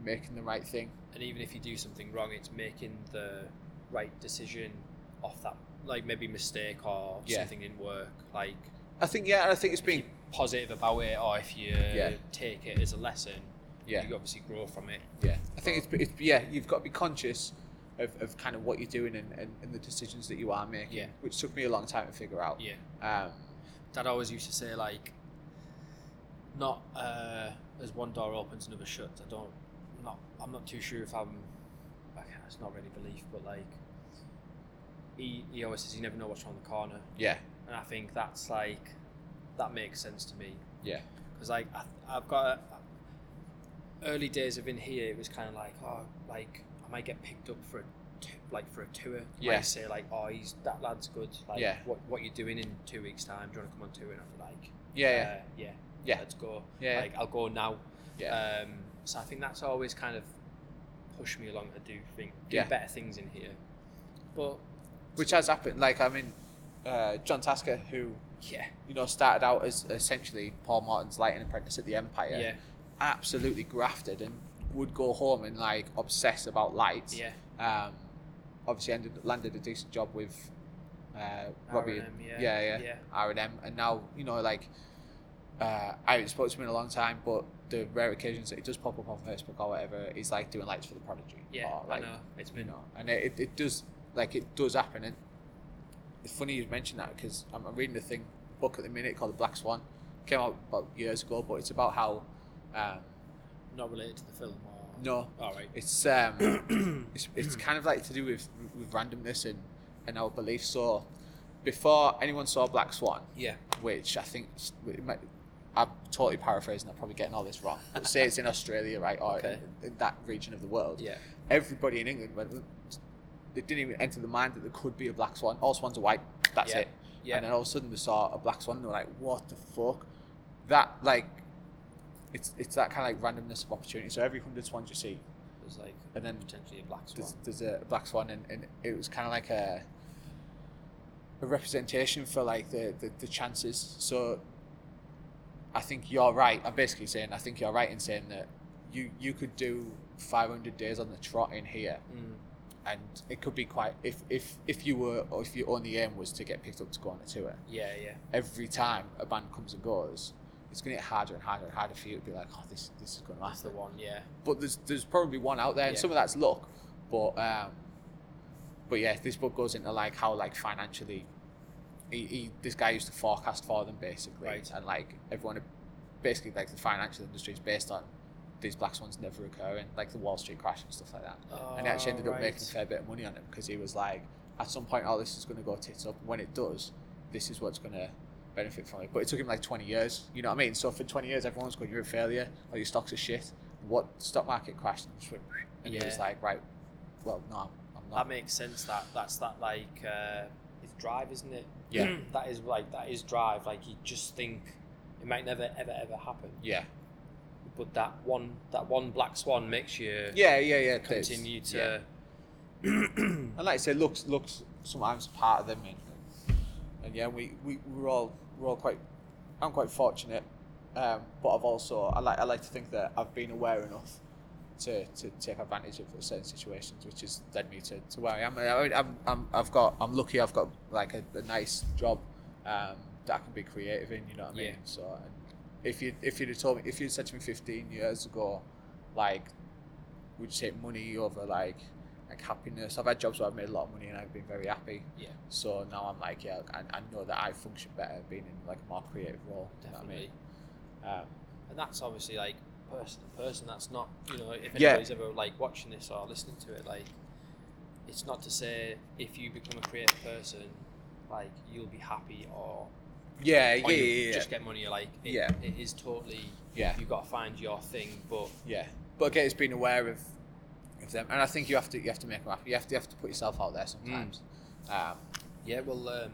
S1: making the right thing.
S2: and even if you do something wrong, it's making the right decision off that, like maybe mistake or
S1: Yeah.
S2: something didn't work. Like
S1: I think yeah, and I think it's been
S2: being positive about it, or if you
S1: Yeah.
S2: take it as a lesson,
S1: yeah.
S2: you obviously grow from it.
S1: Yeah, I think it's, it's yeah. You've got to be conscious of, of kind of what you're doing and, and, and the decisions that you are making,
S2: Yeah.
S1: which took me a long time to figure out.
S2: Yeah,
S1: Um,
S2: Dad always used to say like, not uh, as one door opens, another shuts. I don't, not, I'm not too sure if I'm. I can't- It's not really belief, but like, he he always says you never know what's around the corner,
S1: yeah,
S2: and I think that's like, that makes sense to me.
S1: yeah,
S2: because like I, I've got a, early days of in here. It was kind of like oh, like I might get picked up for a t- like for a tour. You
S1: Yeah.
S2: Might say like oh, he's that lad's good. Like
S1: Yeah.
S2: what what you doing in two weeks time? Do you want to come on tour? And I'd be like
S1: yeah,
S2: uh, yeah,
S1: Yeah.
S2: Let's go.
S1: Yeah.
S2: Like I'll go now.
S1: yeah,
S2: Um, so I think that's always kind of pushed me along to do think do
S1: Yeah.
S2: better things in here. But
S1: which has happened. Like I mean, uh, John Tasker, who
S2: yeah,
S1: you know started out as essentially Paul Martin's lighting apprentice at the Empire,
S2: yeah, yeah,
S1: absolutely grafted and would go home and like obsess about lights.
S2: yeah.
S1: Um, obviously ended landed a decent job with uh, Robbie.
S2: R&M, yeah,
S1: yeah, yeah.
S2: yeah.
S1: R and M, and now you know like uh, I haven't spoken to him in a long time, but the rare occasions that he does pop up on Facebook or whatever, he's like doing lights for the prodigy.
S2: Yeah,
S1: or, Oh, like,
S2: I know. It's
S1: You
S2: been
S1: know, and it, it does like it does happen, and it's funny you mentioned that because I'm, I'm reading a thing book at the minute called The Black Swan. Came out about years ago, but it's about how um,
S2: not related to the film. Or...
S1: no,
S2: All right.
S1: it's
S2: [clears throat]
S1: um, it's, it's kind of like to do with with randomness and and our beliefs. So before anyone saw Black Swan,
S2: Yeah.
S1: which I think s- it might, I'm totally paraphrasing. I'm probably getting all this wrong. But say it's in Australia, right, or
S2: Okay.
S1: in, in that region of the world.
S2: Yeah.
S1: Everybody in England went. It didn't even enter the mind that there could be a black swan. All swans are white. That's
S2: Yeah.
S1: it.
S2: Yeah.
S1: And then all of a sudden we saw a black swan, and they were like, "What the fuck?" That like, it's it's that kind of like randomness of opportunity. So every hundred swans you see,
S2: There's like
S1: and then
S2: potentially a black swan.
S1: there's, there's a black swan and, and it was kind of like a a representation for like the, the the chances so i think you're right i'm basically saying i think you're right in saying that you you could do 500 days on the trot in here
S2: Mm.
S1: and it could be quite if if if you were or if your only aim was to get picked up to go on a tour
S2: Yeah, yeah,
S1: every time a band comes and goes it's going to get harder and harder and harder for you to be like, oh, this this is going to
S2: That's the
S1: happen.
S2: one, yeah.
S1: But there's there's probably one out there, and
S2: Yeah.
S1: some of that's luck. But um, but yeah, this book goes into like how like financially, he, he this guy used to forecast for them basically,
S2: Right.
S1: and like everyone, basically like the financial industry is based on these black swans never occurring, like the Wall Street crash and stuff like that. and he actually ended
S2: Oh,
S1: up making a fair bit of money on it because he was like, at some point, oh, this is going to go tits up. When it does, this is what's going to benefit from it. But it took him like 20 years. You know what I mean? So for 20 years, everyone's going, you're a failure. Or your stocks are shit. What stock market crashed and just went, and he was
S2: Yeah.
S1: like, right, well, no, I'm, I'm
S2: That
S1: not.
S2: makes sense. That that's that like uh, it's drive, isn't it?
S1: Yeah.
S2: [clears throat] that is like that is drive. Like you just think it might never ever ever happen,
S1: yeah.
S2: but that one that one black swan makes you
S1: Yeah, yeah, yeah. it is.
S2: continue to.
S1: Yeah. And like I say, looks looks sometimes a part of them, and, and yeah, we, we we're all we're all quite. I'm quite fortunate, um, but I've also I like I like to think that I've been aware enough to, to take advantage of certain situations, which has led me to, to where I am. I mean, I'm, I'm I've got I'm lucky. I've got like a, a nice job um, that I can be creative in. You know what I mean?
S2: Yeah.
S1: So and if you if you'd have told me if you'd said to me 15 years ago, like would you take money over like like happiness? I've had jobs where I've made a lot of money and I've been very happy.
S2: Yeah.
S1: So now I'm like, yeah, I, I know that I function better being in like a more creative role.
S2: Definitely.
S1: You know what I mean? Um,
S2: And that's obviously like person to person. That's not you know if
S1: Yeah.
S2: anybody's ever like watching this or listening to it, like it's not to say if you become a creative person, like you'll be happy or,
S1: yeah,
S2: or
S1: yeah,
S2: you
S1: yeah, yeah,
S2: just get money. Like it,
S1: Yeah.
S2: it is totally
S1: yeah,
S2: you've got to find your thing, but
S1: yeah. But again, it's being aware of of them, and I think you have to you have to make them happy. You have to you have to put yourself out there sometimes.
S2: Mm.
S1: Um,
S2: yeah, well, um,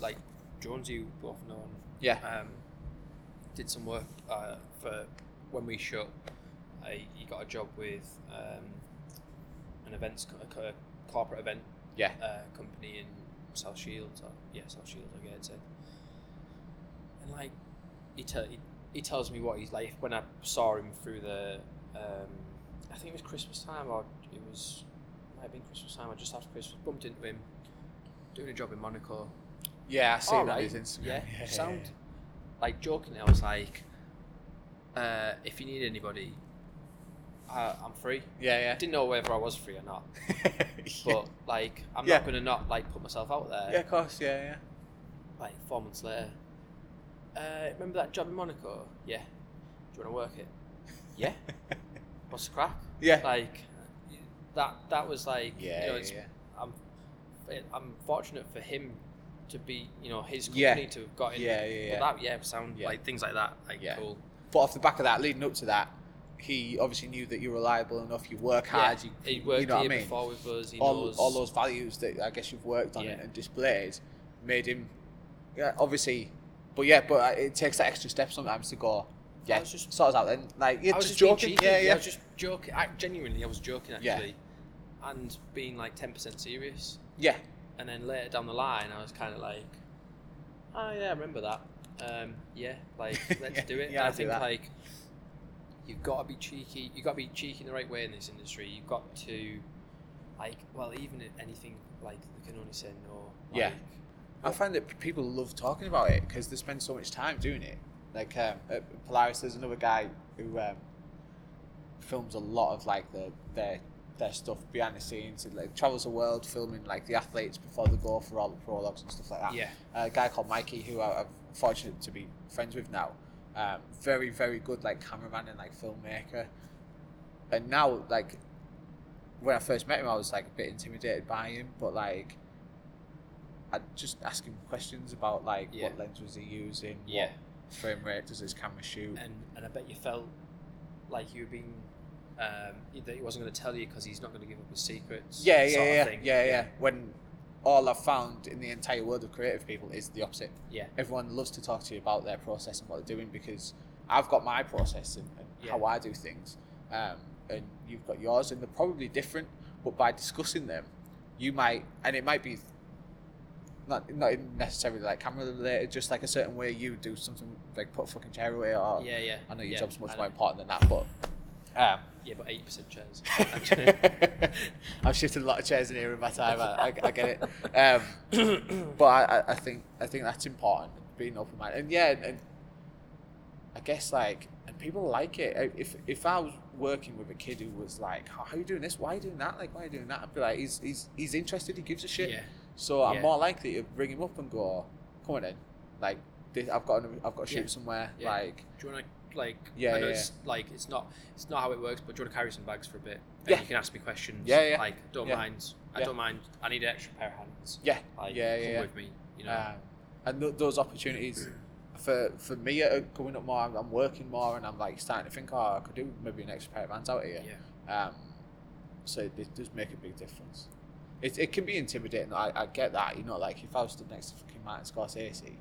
S2: like Jones, you both know,
S1: yeah,
S2: um, did some work uh, for when we shut. I, he got a job with um, an events co- a co- corporate event
S1: yeah,
S2: uh, company in South Shields, or yeah, South Shields, I guess. it. And like, he, tell he, he tells me what he's like when I saw him through the, um, I think it was Christmas time, or it was might have been Christmas time, or just after Christmas. Bumped into him doing a job in Monaco.
S1: yeah. I see that on
S2: Alright,
S1: his Instagram.
S2: Yeah, sound like jokingly, I was like, uh, if you need anybody, uh, I'm free. I
S1: Yeah,
S2: didn't know whether I was free or not,
S1: yeah. [laughs] yeah.
S2: but like, I'm
S1: Yeah.
S2: not gonna not like put myself out there.
S1: yeah, of course. Yeah, yeah.
S2: like four months later. Uh, remember that job in Monaco? Yeah. Do you want to work it? Yeah. What's
S1: [laughs]
S2: the crack?
S1: Yeah.
S2: uh, Like that. That was like.
S1: yeah,
S2: You know,
S1: yeah,
S2: it's,
S1: yeah.
S2: I'm. I'm fortunate for him to be. You know, his company
S1: Yeah.
S2: to have got in.
S1: Yeah, yeah, yeah.
S2: But that yeah sound
S1: Yeah.
S2: like things like that like
S1: Yeah.
S2: cool.
S1: But off the back of that, leading up to that, he obviously knew that you're reliable enough. You work hard.
S2: Yeah.
S1: You,
S2: He worked
S1: you know what I
S2: here
S1: mean.
S2: before with us. He
S1: all,
S2: knows
S1: all those values that I guess you've worked on
S2: Yeah.
S1: and, and displayed made him, yeah, obviously, but yeah, but uh, it takes that extra step sometimes to go, yeah,
S2: was just-
S1: sort us out. And like,
S2: I
S1: yeah,
S2: was
S1: just
S2: being
S1: joking,
S2: cheeky,
S1: yeah,
S2: I
S1: yeah,
S2: was just joking. I, genuinely, I was joking
S1: Yeah.
S2: actually, and being like ten percent serious.
S1: yeah,
S2: and then later down the line, I was kind of like, oh yeah, I remember that. Um, yeah,
S1: [laughs]
S2: like let's
S1: Yeah,
S2: do it.
S1: yeah,
S2: I
S1: I'll do
S2: think
S1: that.
S2: like you've got to be cheeky. You've got to be cheeky in the right way in this industry. You've got to like, well, even if anything like they can only say no. Like,
S1: Yeah. I find that p- people love talking about it because they spend so much time doing it. Like um, at Polaris, there's another guy who um, films a lot of like the their their stuff behind the scenes. He like travels the world filming like the athletes before they go for all the prologues and stuff like that.
S2: Yeah.
S1: a guy called Mikey who I- I'm fortunate to be friends with now. Um, very very good like cameraman and like filmmaker. And now like when I first met him, I was like a bit intimidated by him, but like I just ask him questions about like
S2: Yeah.
S1: what lens was he using,
S2: Yeah.
S1: what frame rate does his camera shoot.
S2: And and I bet you felt like you were being um, that he wasn't going to tell you because he's not going to give up his secrets.
S1: yeah,
S2: sort
S1: yeah,
S2: of
S1: yeah,
S2: thing.
S1: yeah, yeah. When all I've found in the entire world of creative people is the opposite.
S2: Yeah.
S1: Everyone loves to talk to you about their process and what they're doing because I've got my process and, and
S2: Yeah.
S1: how I do things, um, and you've got yours, and they're probably different. But by discussing them, you might, and it might be not not even necessarily like camera related, just like a certain way you do something, like put a fucking chair away, or
S2: Yeah, yeah.
S1: I know your
S2: yeah,
S1: job's much
S2: I know.
S1: more important than that, but. Um,
S2: Yeah, but eight percent chance.
S1: [laughs] I've shifted a lot of chairs in here in my time. I, I, I get it, [clears throat] um, but I, I- I think I think that's important. Being open minded, and yeah, and, and I guess like and people like it. I- If if I was working with a kid who was like, "Oh, "How are you doing this? Why are you doing that? Like, why are you doing that?" I'd be like, "He's he's he's interested. He gives a [laughs] shit."
S2: Yeah.
S1: So I'm
S2: Yeah.
S1: more likely to bring him up and go, "Come on in, like this, I've got an, I've got a
S2: Yeah.
S1: shoot somewhere."
S2: Yeah.
S1: Like,
S2: Do you want to like?
S1: Yeah,
S2: I know
S1: yeah,
S2: it's like it's not it's not how it works, but do you want to carry some bags for a bit? And
S1: Yeah.
S2: You can ask me questions.
S1: Yeah, yeah.
S2: Like don't
S1: Yeah.
S2: mind. I
S1: Yeah.
S2: don't mind. I need an extra pair of hands.
S1: yeah,
S2: Like,
S1: yeah,
S2: come
S1: yeah, yeah.
S2: with me. You know.
S1: Um, and th- those opportunities for for me are coming up more. I'm, I'm working more, and I'm like starting to think, "Oh, I could do maybe an extra pair of hands out here."
S2: yeah.
S1: Um, so it, it does make a big difference. It, it can be intimidating. I, I get that. You know, like if I was stood next to fucking Martin Scorsese,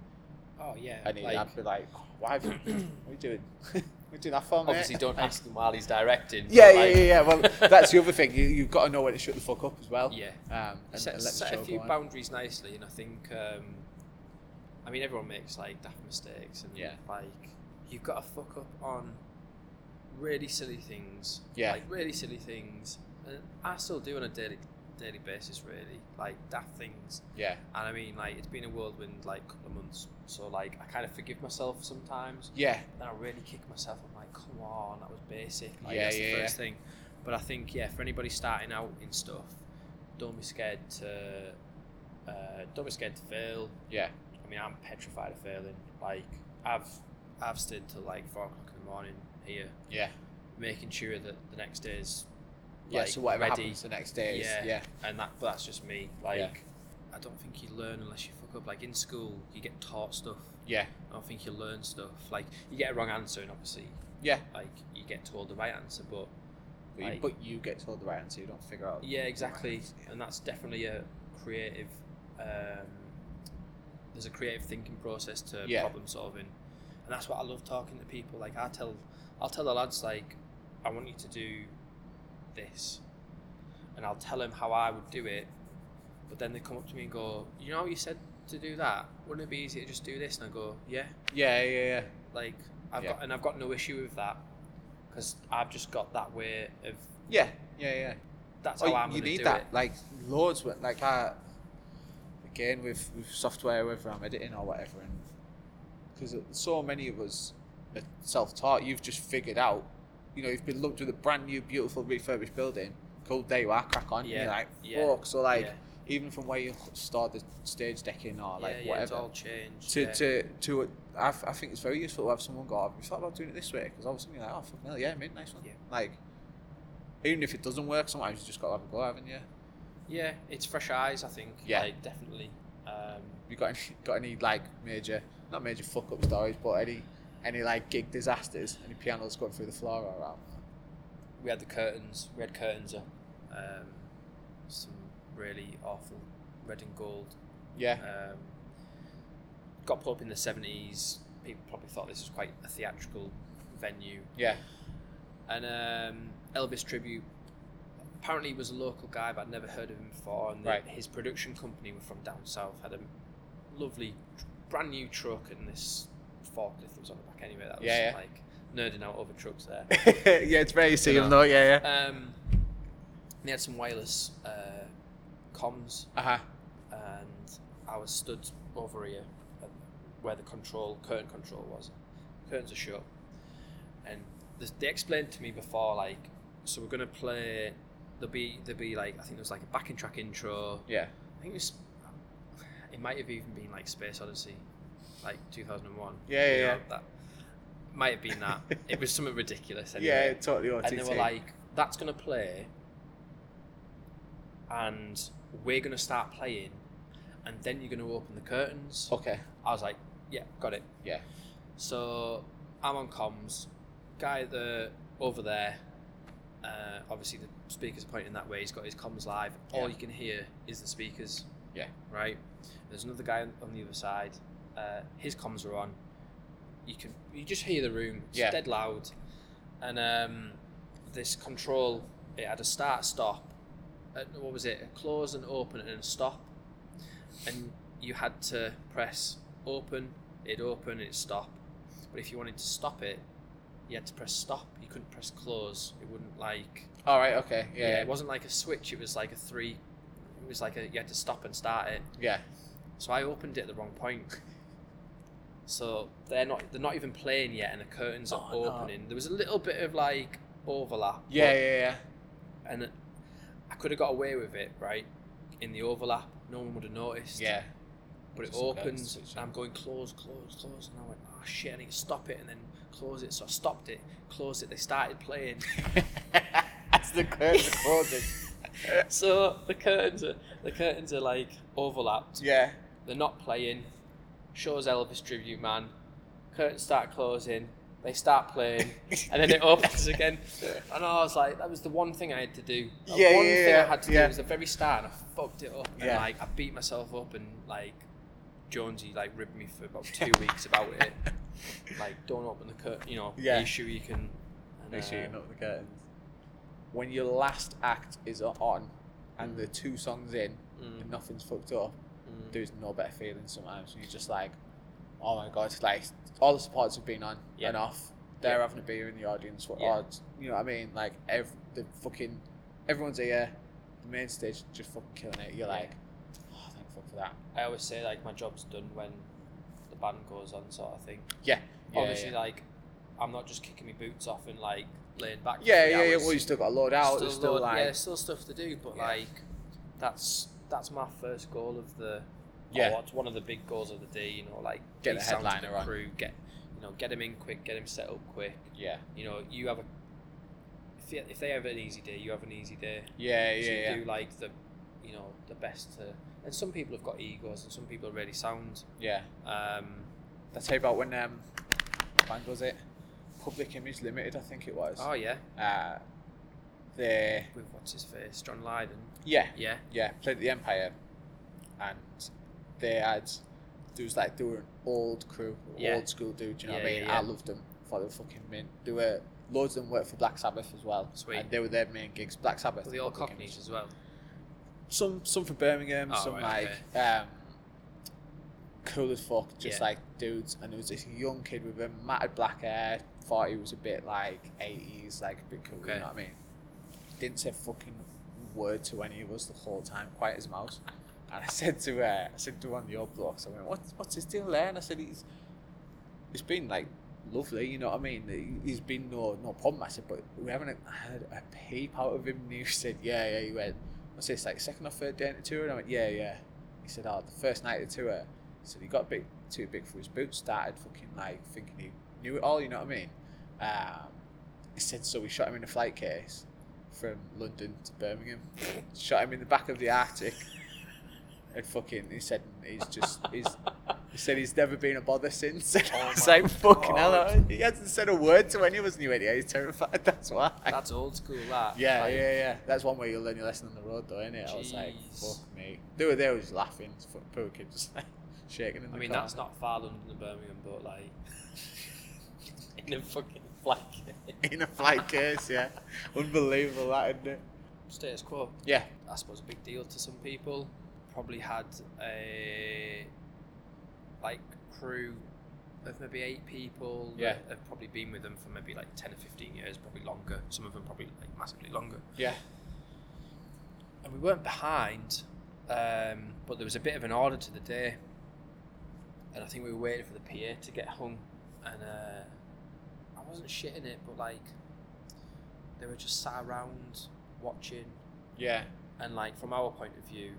S2: Oh yeah.
S1: and he,
S2: like,
S1: I'd be like, "Oh, "Why?
S2: [coughs]
S1: Have you, what are you doing? [laughs] what are you doing that for, mate?"
S2: obviously, don't ask him while he's directing.
S1: Yeah,
S2: but,
S1: yeah,
S2: like,
S1: yeah, yeah. Well,
S2: [laughs]
S1: that's the other thing. You, you've got to know when to shut the fuck up as well.
S2: Yeah.
S1: Um, and,
S2: set,
S1: and let the
S2: set
S1: show
S2: a few
S1: go on.
S2: boundaries nicely, and I think, um, I mean, everyone makes like daft mistakes, and
S1: Yeah.
S2: like you've got to fuck up on really silly things,
S1: Yeah.
S2: like really silly things, and I still do on a daily daily basis, really, like daft things.
S1: Yeah.
S2: And I mean, like it's been a whirlwind like couple of months, so like I kind of forgive myself sometimes,
S1: Yeah.
S2: then I really kick myself. I'm like, come on, that was basic. Like,
S1: Yeah,
S2: that's
S1: yeah,
S2: the first thing. But I think, yeah, for anybody starting out in stuff, don't be scared to uh, don't be scared to fail.
S1: Yeah.
S2: I mean, I'm petrified of failing. Like, I've I've stood till like four o'clock in the morning here,
S1: Yeah.
S2: making sure that the next day's
S1: Yeah.
S2: like,
S1: so whatever
S2: ready.
S1: happens the next day is
S2: Yeah.
S1: yeah.
S2: and that but that's just me. Like,
S1: Yeah.
S2: I don't think you learn unless you fuck up. Like in school, you get taught stuff.
S1: Yeah.
S2: I don't think you learn stuff. Like you get a wrong answer, and obviously
S1: Yeah.
S2: like you get told the right answer but
S1: But, you,
S2: Like-
S1: but you get told the right answer. You don't figure out.
S2: yeah exactly and that's definitely a creative um, there's a creative thinking process to
S1: Yeah.
S2: problem solving and that's what i love talking to people like i tell i'll tell the lads like i want you to do this and i'll tell them how i would do it but then they come up to me and go you know you said to do that wouldn't it be easier to just do this and i go yeah
S1: Yeah. Yeah. Yeah.
S2: like i've
S1: Yeah.
S2: got and i've got no issue with that because i've just got that way of
S1: Yeah. Yeah. Yeah.
S2: that's
S1: Oh,
S2: how I'm
S1: you
S2: gonna
S1: need
S2: do
S1: that.
S2: it.
S1: Like loads. With, like I, again with with software, whether I'm editing or whatever, and because so many of us are self-taught. You've just figured out. You know, you've been looked with a brand new, beautiful, refurbished building. Cool, there you are. Crack on.
S2: Yeah,
S1: You're like,
S2: yeah,
S1: fuck. So like,
S2: yeah.
S1: even from where you start the stage decking or like
S2: yeah, yeah, it's
S1: whatever
S2: all changed.
S1: to
S2: yeah.
S1: to to I, I think it's very useful to have someone go. Have you thought about doing it this way? Because all of a sudden you're like, oh fucking hell, yeah, mate, nice one.
S2: Yeah.
S1: Like, even if it doesn't work, sometimes you just got to have a go, haven't you?
S2: yeah, it's fresh eyes. I think.
S1: Yeah.
S2: like, definitely. Um,
S1: You got any, [laughs] got any like major, not major fuck up stories, but any any like gig disasters? Any pianos going through the floor or out?
S2: we had the curtains. We had curtains up. Um, some really awful red and gold.
S1: Yeah,
S2: Um, got put up in the seventies. People probably thought this was quite a theatrical venue.
S1: yeah, [laughs]
S2: And um, Elvis tribute. Apparently, he was a local guy, but I'd never heard of him before. And the-
S1: Right.
S2: his production company were from down south. Had a lovely, tr- brand new truck and this forklift that was on the back anyway. That was
S1: Yeah, yeah.
S2: like nerding out over
S1: [laughs]
S2: trucks there.
S1: yeah. It's very
S2: know.
S1: similar. though, Yeah, yeah.
S2: um, they had some wireless uh, comms,
S1: Uh huh.
S2: and I was stood over here at where the control curtain control was. Curtains are shut, and this, they explained to me before like, so we're gonna play. There'll be there'll be like I think there was like a backing track intro.
S1: Yeah,
S2: I think it was. It might have even been like Space Odyssey, like two thousand and one.
S1: Yeah, yeah, yeah.
S2: That might have been that. it was something ridiculous.
S1: [laughs]
S2: Anyway
S1: yeah. Totally OTT.
S2: and they were like, "That's gonna play, and we're gonna start playing, and then you're gonna open the curtains."
S1: okay,
S2: I was like, "Yeah, got it."
S1: Oh. yeah,
S2: So I'm on comms. Guy at the over there, uh, obviously the speakers are pointing that way. He's got his comms live. All
S1: Yeah.
S2: you can hear is the speakers.
S1: Yeah.
S2: Right. There's another guy on on the other side. Uh, his comms are on. You can you just hear the room. It's
S1: Yeah.
S2: dead loud. And um, this control, it had a start stop. Uh, what was it? A close and open and a stop. And you had to press open, it'd open, it'd stop. But if you wanted to stop it, you had to press stop. You couldn't press close. It wouldn't like
S1: all right, okay,
S2: yeah.
S1: yeah,
S2: It wasn't like a switch. It was like a three. It was like a you had to stop and start it.
S1: yeah, [laughs]
S2: So I opened it at the wrong point. So they're not they're not even playing yet, and the curtains are
S1: Oh, no.
S2: opening. There was a little bit of like overlap.
S1: Yeah,
S2: but-
S1: yeah, yeah.
S2: and it- I could have got away with it, right? In the overlap, no one would have noticed.
S1: Yeah.
S2: But it
S1: Just look at
S2: opens,
S1: the picture.
S2: and I'm going close, close, close, and I went, oh shit, I need to stop it, and then close it. So I stopped it, closed it. They started playing.
S1: [laughs] That's the curtain closing.
S2: so the curtains are the curtains are like overlapped.
S1: [laughs] yeah.
S2: They're not playing. Shows Elvis tribute man. Curtains start closing. They start
S1: [laughs]
S2: playing, and then it opens again. And I was like, that was the one thing I had to do. The
S1: Yeah,
S2: one
S1: yeah,
S2: thing
S1: yeah,
S2: I had to
S1: yeah.
S2: do was the very start, and I fucked it up. And
S1: Yeah.
S2: like, I beat myself up, and like, Jonesy like ribbed me for about two weeks about
S1: [laughs]
S2: it. Like, don't open the curtain. You know,
S1: Yeah.
S2: make sure you can. And,
S1: Make sure
S2: uh,
S1: you not the curtains. When your last act is on and the two songs in
S2: Mm.
S1: and nothing's fucked up,
S2: Mm.
S1: there's no better feeling sometimes. You're just like, oh my god, like all the supports have been on
S2: Yeah.
S1: and off. They're
S2: Yeah.
S1: having a beer in the audience. What
S2: Yeah.
S1: odds? You know what I mean? Like ev- the fucking everyone's here. The main stage just fucking killing it. You're
S2: Yeah.
S1: like, oh, thank fuck for that.
S2: I always say like my job's done when the band goes on, sort of thing.
S1: Yeah. Yeah,
S2: Obviously,
S1: yeah.
S2: like I'm not just kicking my boots off and like laying back. for
S1: yeah,
S2: three
S1: yeah, yeah.
S2: hours.
S1: Well, you still got to load out. Still, still
S2: load-
S1: like,
S2: yeah, there's still stuff to do, but
S1: Yeah.
S2: like that's that's my first goal of the
S1: Yeah.
S2: Or it's one of the big goals of the day, you know, like
S1: Get
S2: these
S1: the
S2: sounds of
S1: headliner on.
S2: crew, get you know, get him in quick, get him set up quick.
S1: yeah,
S2: You know, you have a if they, if they have an easy day, you have an easy day.
S1: yeah,
S2: So you
S1: yeah, yeah,
S2: do like the you know the best to, and some people have got egos and some people are really sound.
S1: yeah.
S2: Um,
S1: I tell you about when um, band was it? Public Image Limited, I think it was.
S2: oh yeah,
S1: Uh, they
S2: with what's his face, John Lydon.
S1: yeah
S2: Yeah,
S1: yeah played at the Empire, and they had there was like they were an old crew,
S2: Yeah.
S1: old school dude. Do you know what I
S2: Yeah,
S1: mean?
S2: yeah,
S1: I
S2: yeah.
S1: loved them. Thought they were fucking mint. They were loads of them worked for Black Sabbath as well.
S2: Sweet.
S1: And they were their main gigs. Black Sabbath.
S2: with the old
S1: Public
S2: Cockneys
S1: Image.
S2: as well.
S1: Some some from Birmingham.
S2: Oh,
S1: some
S2: right,
S1: like. Um, Cool as fuck, just
S2: Yeah.
S1: like dudes, and there was this young kid with a matted black hair. Thought he was a bit like eighties, like a bit cool. You
S2: Okay.
S1: know what I mean? didn't say fucking word to any of us the whole time, quiet as a mouse. And I said to uh, I said to one of the old blocks, I went, what, what's his deal there? And I said, he's, he's been like lovely, you know what I mean? He- He's been no no problem. I said, but we haven't had a peep out of him. And he [laughs] said, yeah, yeah. He went, what's this, like second or third day into tour? And I went, yeah, yeah. He said, oh, the first night of the tour. He said he got a bit too big for his boots, started fucking like thinking he knew it all, you know what I mean? Um, he said, so we shot him in a flight case from London to
S2: [laughs]
S1: Birmingham, shot him in the back of the Arctic, and fucking, he said he's just, [laughs] he's, he said he's never been a bother since. And [laughs] I
S2: Oh
S1: was
S2: my
S1: like, fucking hell,
S2: God.
S1: he hasn't said a word to any of us, and he went, yeah, he's terrified, [laughs] that's why.
S2: That's old school, that.
S1: yeah,
S2: Like,
S1: yeah, yeah. That's one way you'll learn your lesson on the road, though, isn't it? I was like,
S2: Jeez.
S1: fuck me. They were there, was laughing, fuck, poor kid, just like [laughs] shaking in the
S2: I mean,
S1: corner.
S2: that's not far London and Birmingham, but like in a fucking flag.
S1: [laughs] in a flight case,
S2: [laughs]
S1: yeah. Unbelievable, that, isn't it?
S2: Status quo,
S1: Yeah.
S2: I suppose, a big deal to some people. Probably had a like crew of maybe eight people. that
S1: Yeah.
S2: have probably been with them for maybe like ten or fifteen years, probably longer. Some of them probably like massively longer.
S1: Yeah.
S2: and we weren't behind, um, but there was a bit of an order to the day, and I think we were waiting for the PA to get hung, and uh, I wasn't shitting it, but like they were just sat around watching,
S1: Yeah.
S2: and like from our point of view,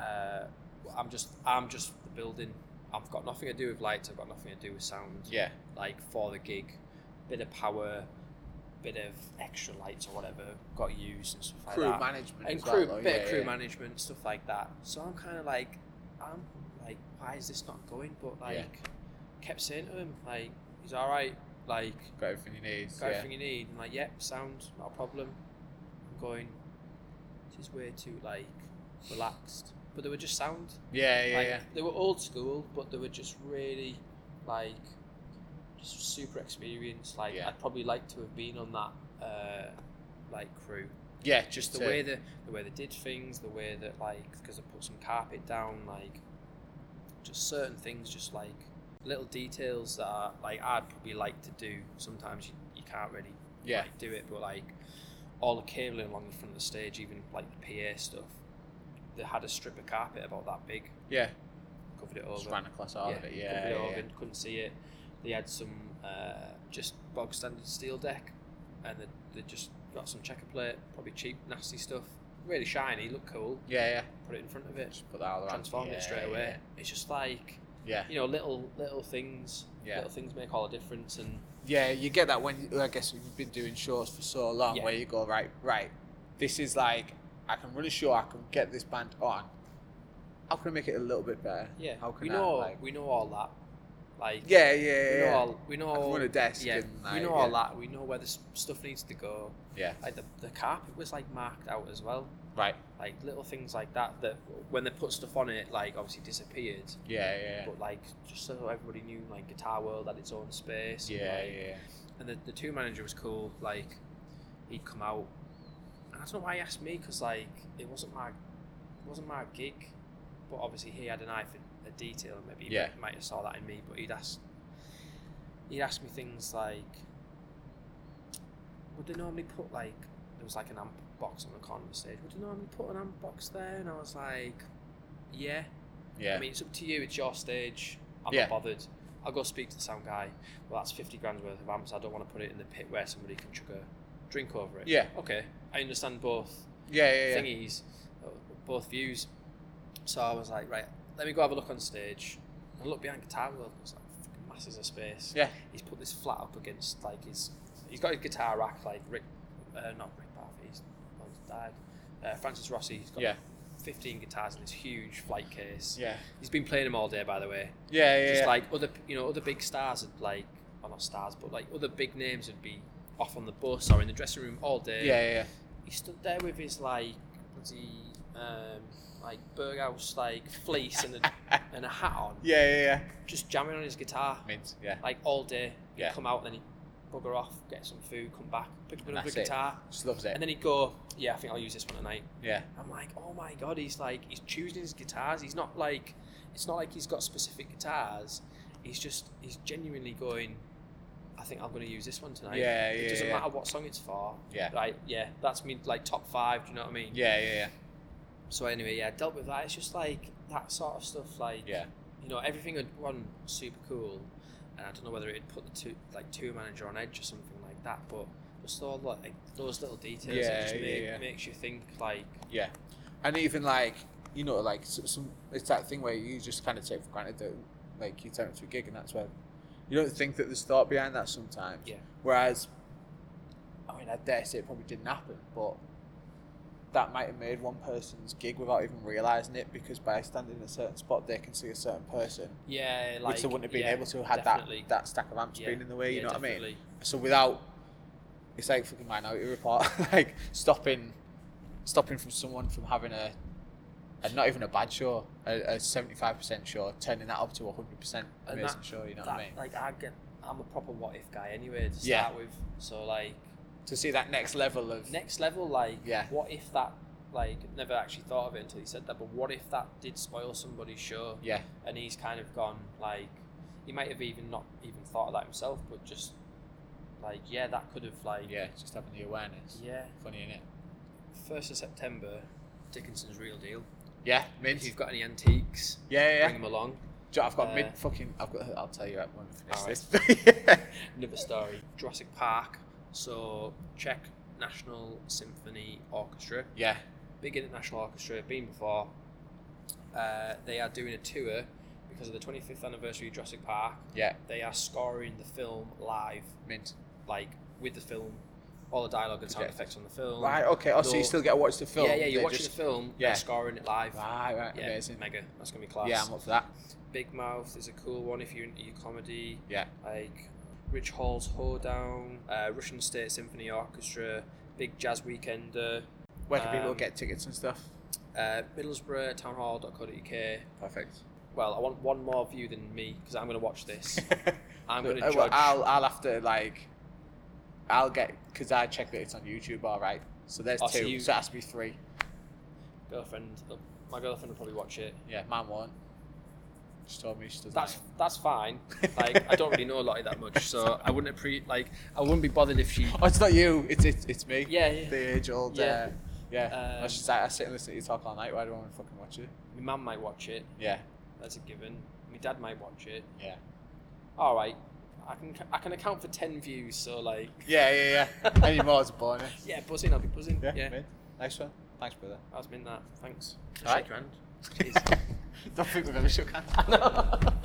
S2: uh, I'm just I'm just the building. I've got nothing to do with lights. I've got nothing to do with sound
S1: Yeah.
S2: like for the gig, bit of power, bit of extra lights or whatever got used and stuff like
S1: Crew
S2: that.
S1: management.
S2: and
S1: as
S2: crew,
S1: well, though,
S2: bit
S1: yeah,
S2: of crew
S1: yeah.
S2: management stuff like that. So I'm kind of like, I'm like, why is this not going? But like,
S1: Yeah.
S2: kept saying to him like, he's all right, like,
S1: Got everything you need.
S2: got
S1: yeah.
S2: everything you need. And like, yep, sound, not a problem. I'm going. This is way too like relaxed, but they were just sound.
S1: Yeah, yeah,
S2: Like,
S1: yeah.
S2: They were old school, but they were just really, like, just super experienced. Like,
S1: Yeah.
S2: I'd probably like to have been on that, uh, like, crew.
S1: Yeah,
S2: Just
S1: just
S2: the
S1: to-
S2: way that the way they did things, the way that like, because they put some carpet down, like, just certain things, just like little details that are, like I'd probably like to do. Sometimes you, you can't really
S1: Yeah.
S2: like, do it, but like all the cabling along the front of the stage, even like the PA stuff, they had a strip of carpet about that big
S1: Yeah.
S2: covered covered it over.
S1: Just ran across all of it. Yeah,
S2: covered it
S1: yeah,
S2: over
S1: yeah.
S2: and couldn't see it. They had some uh, just bog standard steel deck, and they, they just got some checker plate, probably cheap, nasty stuff. Really shiny, looked cool.
S1: Yeah, yeah.
S2: Put it in front of it,
S1: Just put that all around.
S2: transformed
S1: yeah,
S2: it straight
S1: yeah,
S2: away. It's just like
S1: Yeah.
S2: you know, little little things.
S1: Yeah.
S2: Little things make all the difference, and
S1: Yeah, you get that when I guess you've been doing shorts for so long,
S2: Yeah.
S1: where you go right, right. This is like I can really sure I can get this band on. How can I make it a little bit better?
S2: yeah,
S1: How can
S2: we
S1: I,
S2: know
S1: like-
S2: we know all that. Like
S1: yeah, yeah,
S2: we
S1: yeah.
S2: know
S1: yeah.
S2: all we know.
S1: I can run a desk.
S2: yeah,
S1: and, like,
S2: we know all
S1: yeah.
S2: that. We know where the s- stuff needs to go.
S1: Yeah.
S2: Like the the carpet was like marked out as well.
S1: Right.
S2: like little things like that that when they put stuff on it like obviously disappeared
S1: Yeah, yeah,
S2: but like just so everybody knew like guitar world had its own space
S1: yeah. Yeah,
S2: like,
S1: yeah.
S2: and the, the tour manager was cool like he'd come out and i don't know why he asked me because like it wasn't my it wasn't my gig but obviously he had an eye for a detail and maybe he
S1: Yeah.
S2: might have saw that in me but he'd asked he'd asked me things like would they normally put like there was like an amp box on the corner of the stage would they normally put an amp box there and i was like yeah
S1: Yeah.
S2: I mean, it's up to you. It's your stage. I'm
S1: Yeah.
S2: not bothered. I'll go speak to the sound guy. Well, that's 50 grand worth of amps. I don't want to put it in the pit where somebody can chuck a drink over it.
S1: yeah.
S2: Okay. I understand both
S1: Yeah, yeah, yeah.
S2: thingies, uh, both views. So I was like, right, let me go have a look on stage. And I look behind Guitar World. There's like fucking masses of space.
S1: Yeah.
S2: He's put this flat up against, like, his. He's got his guitar rack, like Rick. Uh, not Rick Parfit, he's he's died. Uh, Francis Rossi, he's got
S1: Yeah.
S2: 15 guitars in this huge flight case.
S1: Yeah.
S2: He's been playing them all day, by the way.
S1: Yeah, yeah.
S2: Just
S1: yeah.
S2: like other, you know, other big stars would like, well, not stars, but like other big names would be off on the bus or in the dressing room all day.
S1: yeah, yeah, yeah. [laughs]
S2: He stood there with his like bloody um, like Berghaus like fleece and
S1: [laughs]
S2: a, and a hat on,
S1: Yeah, yeah, yeah.
S2: just jamming on his guitar
S1: Mint, yeah.
S2: like all day. He'd
S1: Yeah.
S2: come out, then he'd bugger off, get some food, come back, pick up
S1: And
S2: another
S1: that's it.
S2: guitar,
S1: Just loves it.
S2: and then he'd go, yeah, I think I'll use this one tonight.
S1: yeah.
S2: I'm like, oh my god, he's like, he's choosing his guitars. He's not like, it's not like he's got specific guitars. He's just, he's genuinely going. I think I'm going to use this one tonight.
S1: Yeah,
S2: It
S1: yeah,
S2: doesn't
S1: yeah.
S2: matter what song it's for.
S1: Yeah.
S2: Right, yeah, that's me like top five. Do you know what I mean?
S1: Yeah, yeah, yeah.
S2: So anyway, yeah, I dealt with that. It's just like that sort of stuff. Like,
S1: Yeah.
S2: you know, everything had gone super cool, and I don't know whether it'd put the two like tour manager on edge or something like that, but. Just all like those little details
S1: Yeah,
S2: that just
S1: yeah,
S2: make,
S1: yeah.
S2: makes you think like
S1: Yeah, and even like you know, like s- some it's that thing where you just kind of take for granted that like you turn up to a gig and that's where you don't think that there's thought behind that sometimes.
S2: Yeah.
S1: Whereas, I mean, I dare say it probably didn't happen, but that might have made one person's gig without even realizing it because by standing in a certain spot they can see a certain person,
S2: Yeah, like
S1: which they wouldn't have been
S2: yeah,
S1: able to had
S2: definitely.
S1: that that stack of amps
S2: Yeah,
S1: being in the way. You
S2: yeah,
S1: know what I mean?
S2: definitely.
S1: So without, it's like fucking minority report, [laughs] like stopping, stopping from someone from having a, a not even a bad show, a seventy five percent show, turning that up to a hundred percent
S2: And
S1: amazing
S2: that-
S1: show. You know
S2: That-
S1: what I mean?
S2: Like I get, I'm a proper what if guy anyway to start
S1: Yeah.
S2: with. So like
S1: to see that next level of
S2: next level, like
S1: Yeah.
S2: what if that like never actually thought of it until he said that. But what if that did spoil somebody's show?
S1: yeah,
S2: And he's kind of gone like he might have even not even thought of that himself, but just like yeah, that could have like
S1: yeah, just having the awareness.
S2: yeah.
S1: Funny in it.
S2: First of September, Dickinson's real deal.
S1: Yeah, mint.
S2: If you've got any antiques,
S1: Yeah, yeah.
S2: bring
S1: yeah.
S2: them along.
S1: Jo- I've got
S2: Uh,
S1: mid fucking. I've got. I'll tell you when we finish this. [laughs]
S2: Another story. Jurassic Park. So Czech National Symphony Orchestra,
S1: yeah,
S2: big international orchestra, been before. Uh, they are doing a tour because of the 25th anniversary of Jurassic Park.
S1: yeah,
S2: They are scoring the film live,
S1: mint.
S2: like with the film, all the dialogue and sound
S1: Okay.
S2: effects on the film.
S1: Right. Okay. Oh, so you
S2: No.
S1: still get to watch the film?
S2: Yeah, yeah. You're
S1: they
S2: watching
S1: just-
S2: the film.
S1: yeah.
S2: They're scoring it live.
S1: Right. Right.
S2: Yeah,
S1: amazing.
S2: mega. That's gonna be class.
S1: Yeah, I'm up for that.
S2: Big Mouth is a cool one if you're into your comedy.
S1: Yeah.
S2: like Rich Hall's Hoedown, uh, Russian State Symphony Orchestra, Big Jazz Weekender,
S1: Where can people
S2: Um,
S1: get tickets and stuff?
S2: uh, Middlesbrough Townhall.co.uk.
S1: [laughs] Perfect.
S2: Well, I want one more view than me because I'm going to
S1: [laughs]
S2: watch this. I'm
S1: So,
S2: going to
S1: uh,
S2: judge.
S1: well, I'll I'll have to like, I'll get because I check that it's on YouTube. All right. So there's
S2: Oh,
S1: two.
S2: so you-
S1: So it has to be three.
S2: girlfriend, my girlfriend will probably watch it.
S1: Yeah, mine won't. She told me she doesn't.
S2: That's
S1: like
S2: that's fine. Like I don't really know a lot of that much, so I wouldn't appre- like I wouldn't be bothered if she.
S1: it. Oh, it's not you. It's it's, it's me.
S2: Yeah, yeah.
S1: The age old. Yeah.
S2: Yeah.
S1: Uh, yeah. Oh,
S2: Um,
S1: she's like, I sit and listen to you talk all night. Why do I want to fucking watch it?
S2: My mum might watch it.
S1: Yeah.
S2: That's a given. My dad might watch it.
S1: Yeah.
S2: All right, I can I can account for ten views. So like,
S1: Yeah, yeah,
S2: [laughs]
S1: yeah. Any more is a bonus.
S2: yeah, buzzing. I'll be buzzing. Yeah,
S1: mate. Nice one. Thanks, brother.
S2: that's been that. Thanks.
S1: All right. [laughs]
S2: Shake your hand.
S1: Don't think we've ever shook hands.
S2: I know.
S1: [laughs]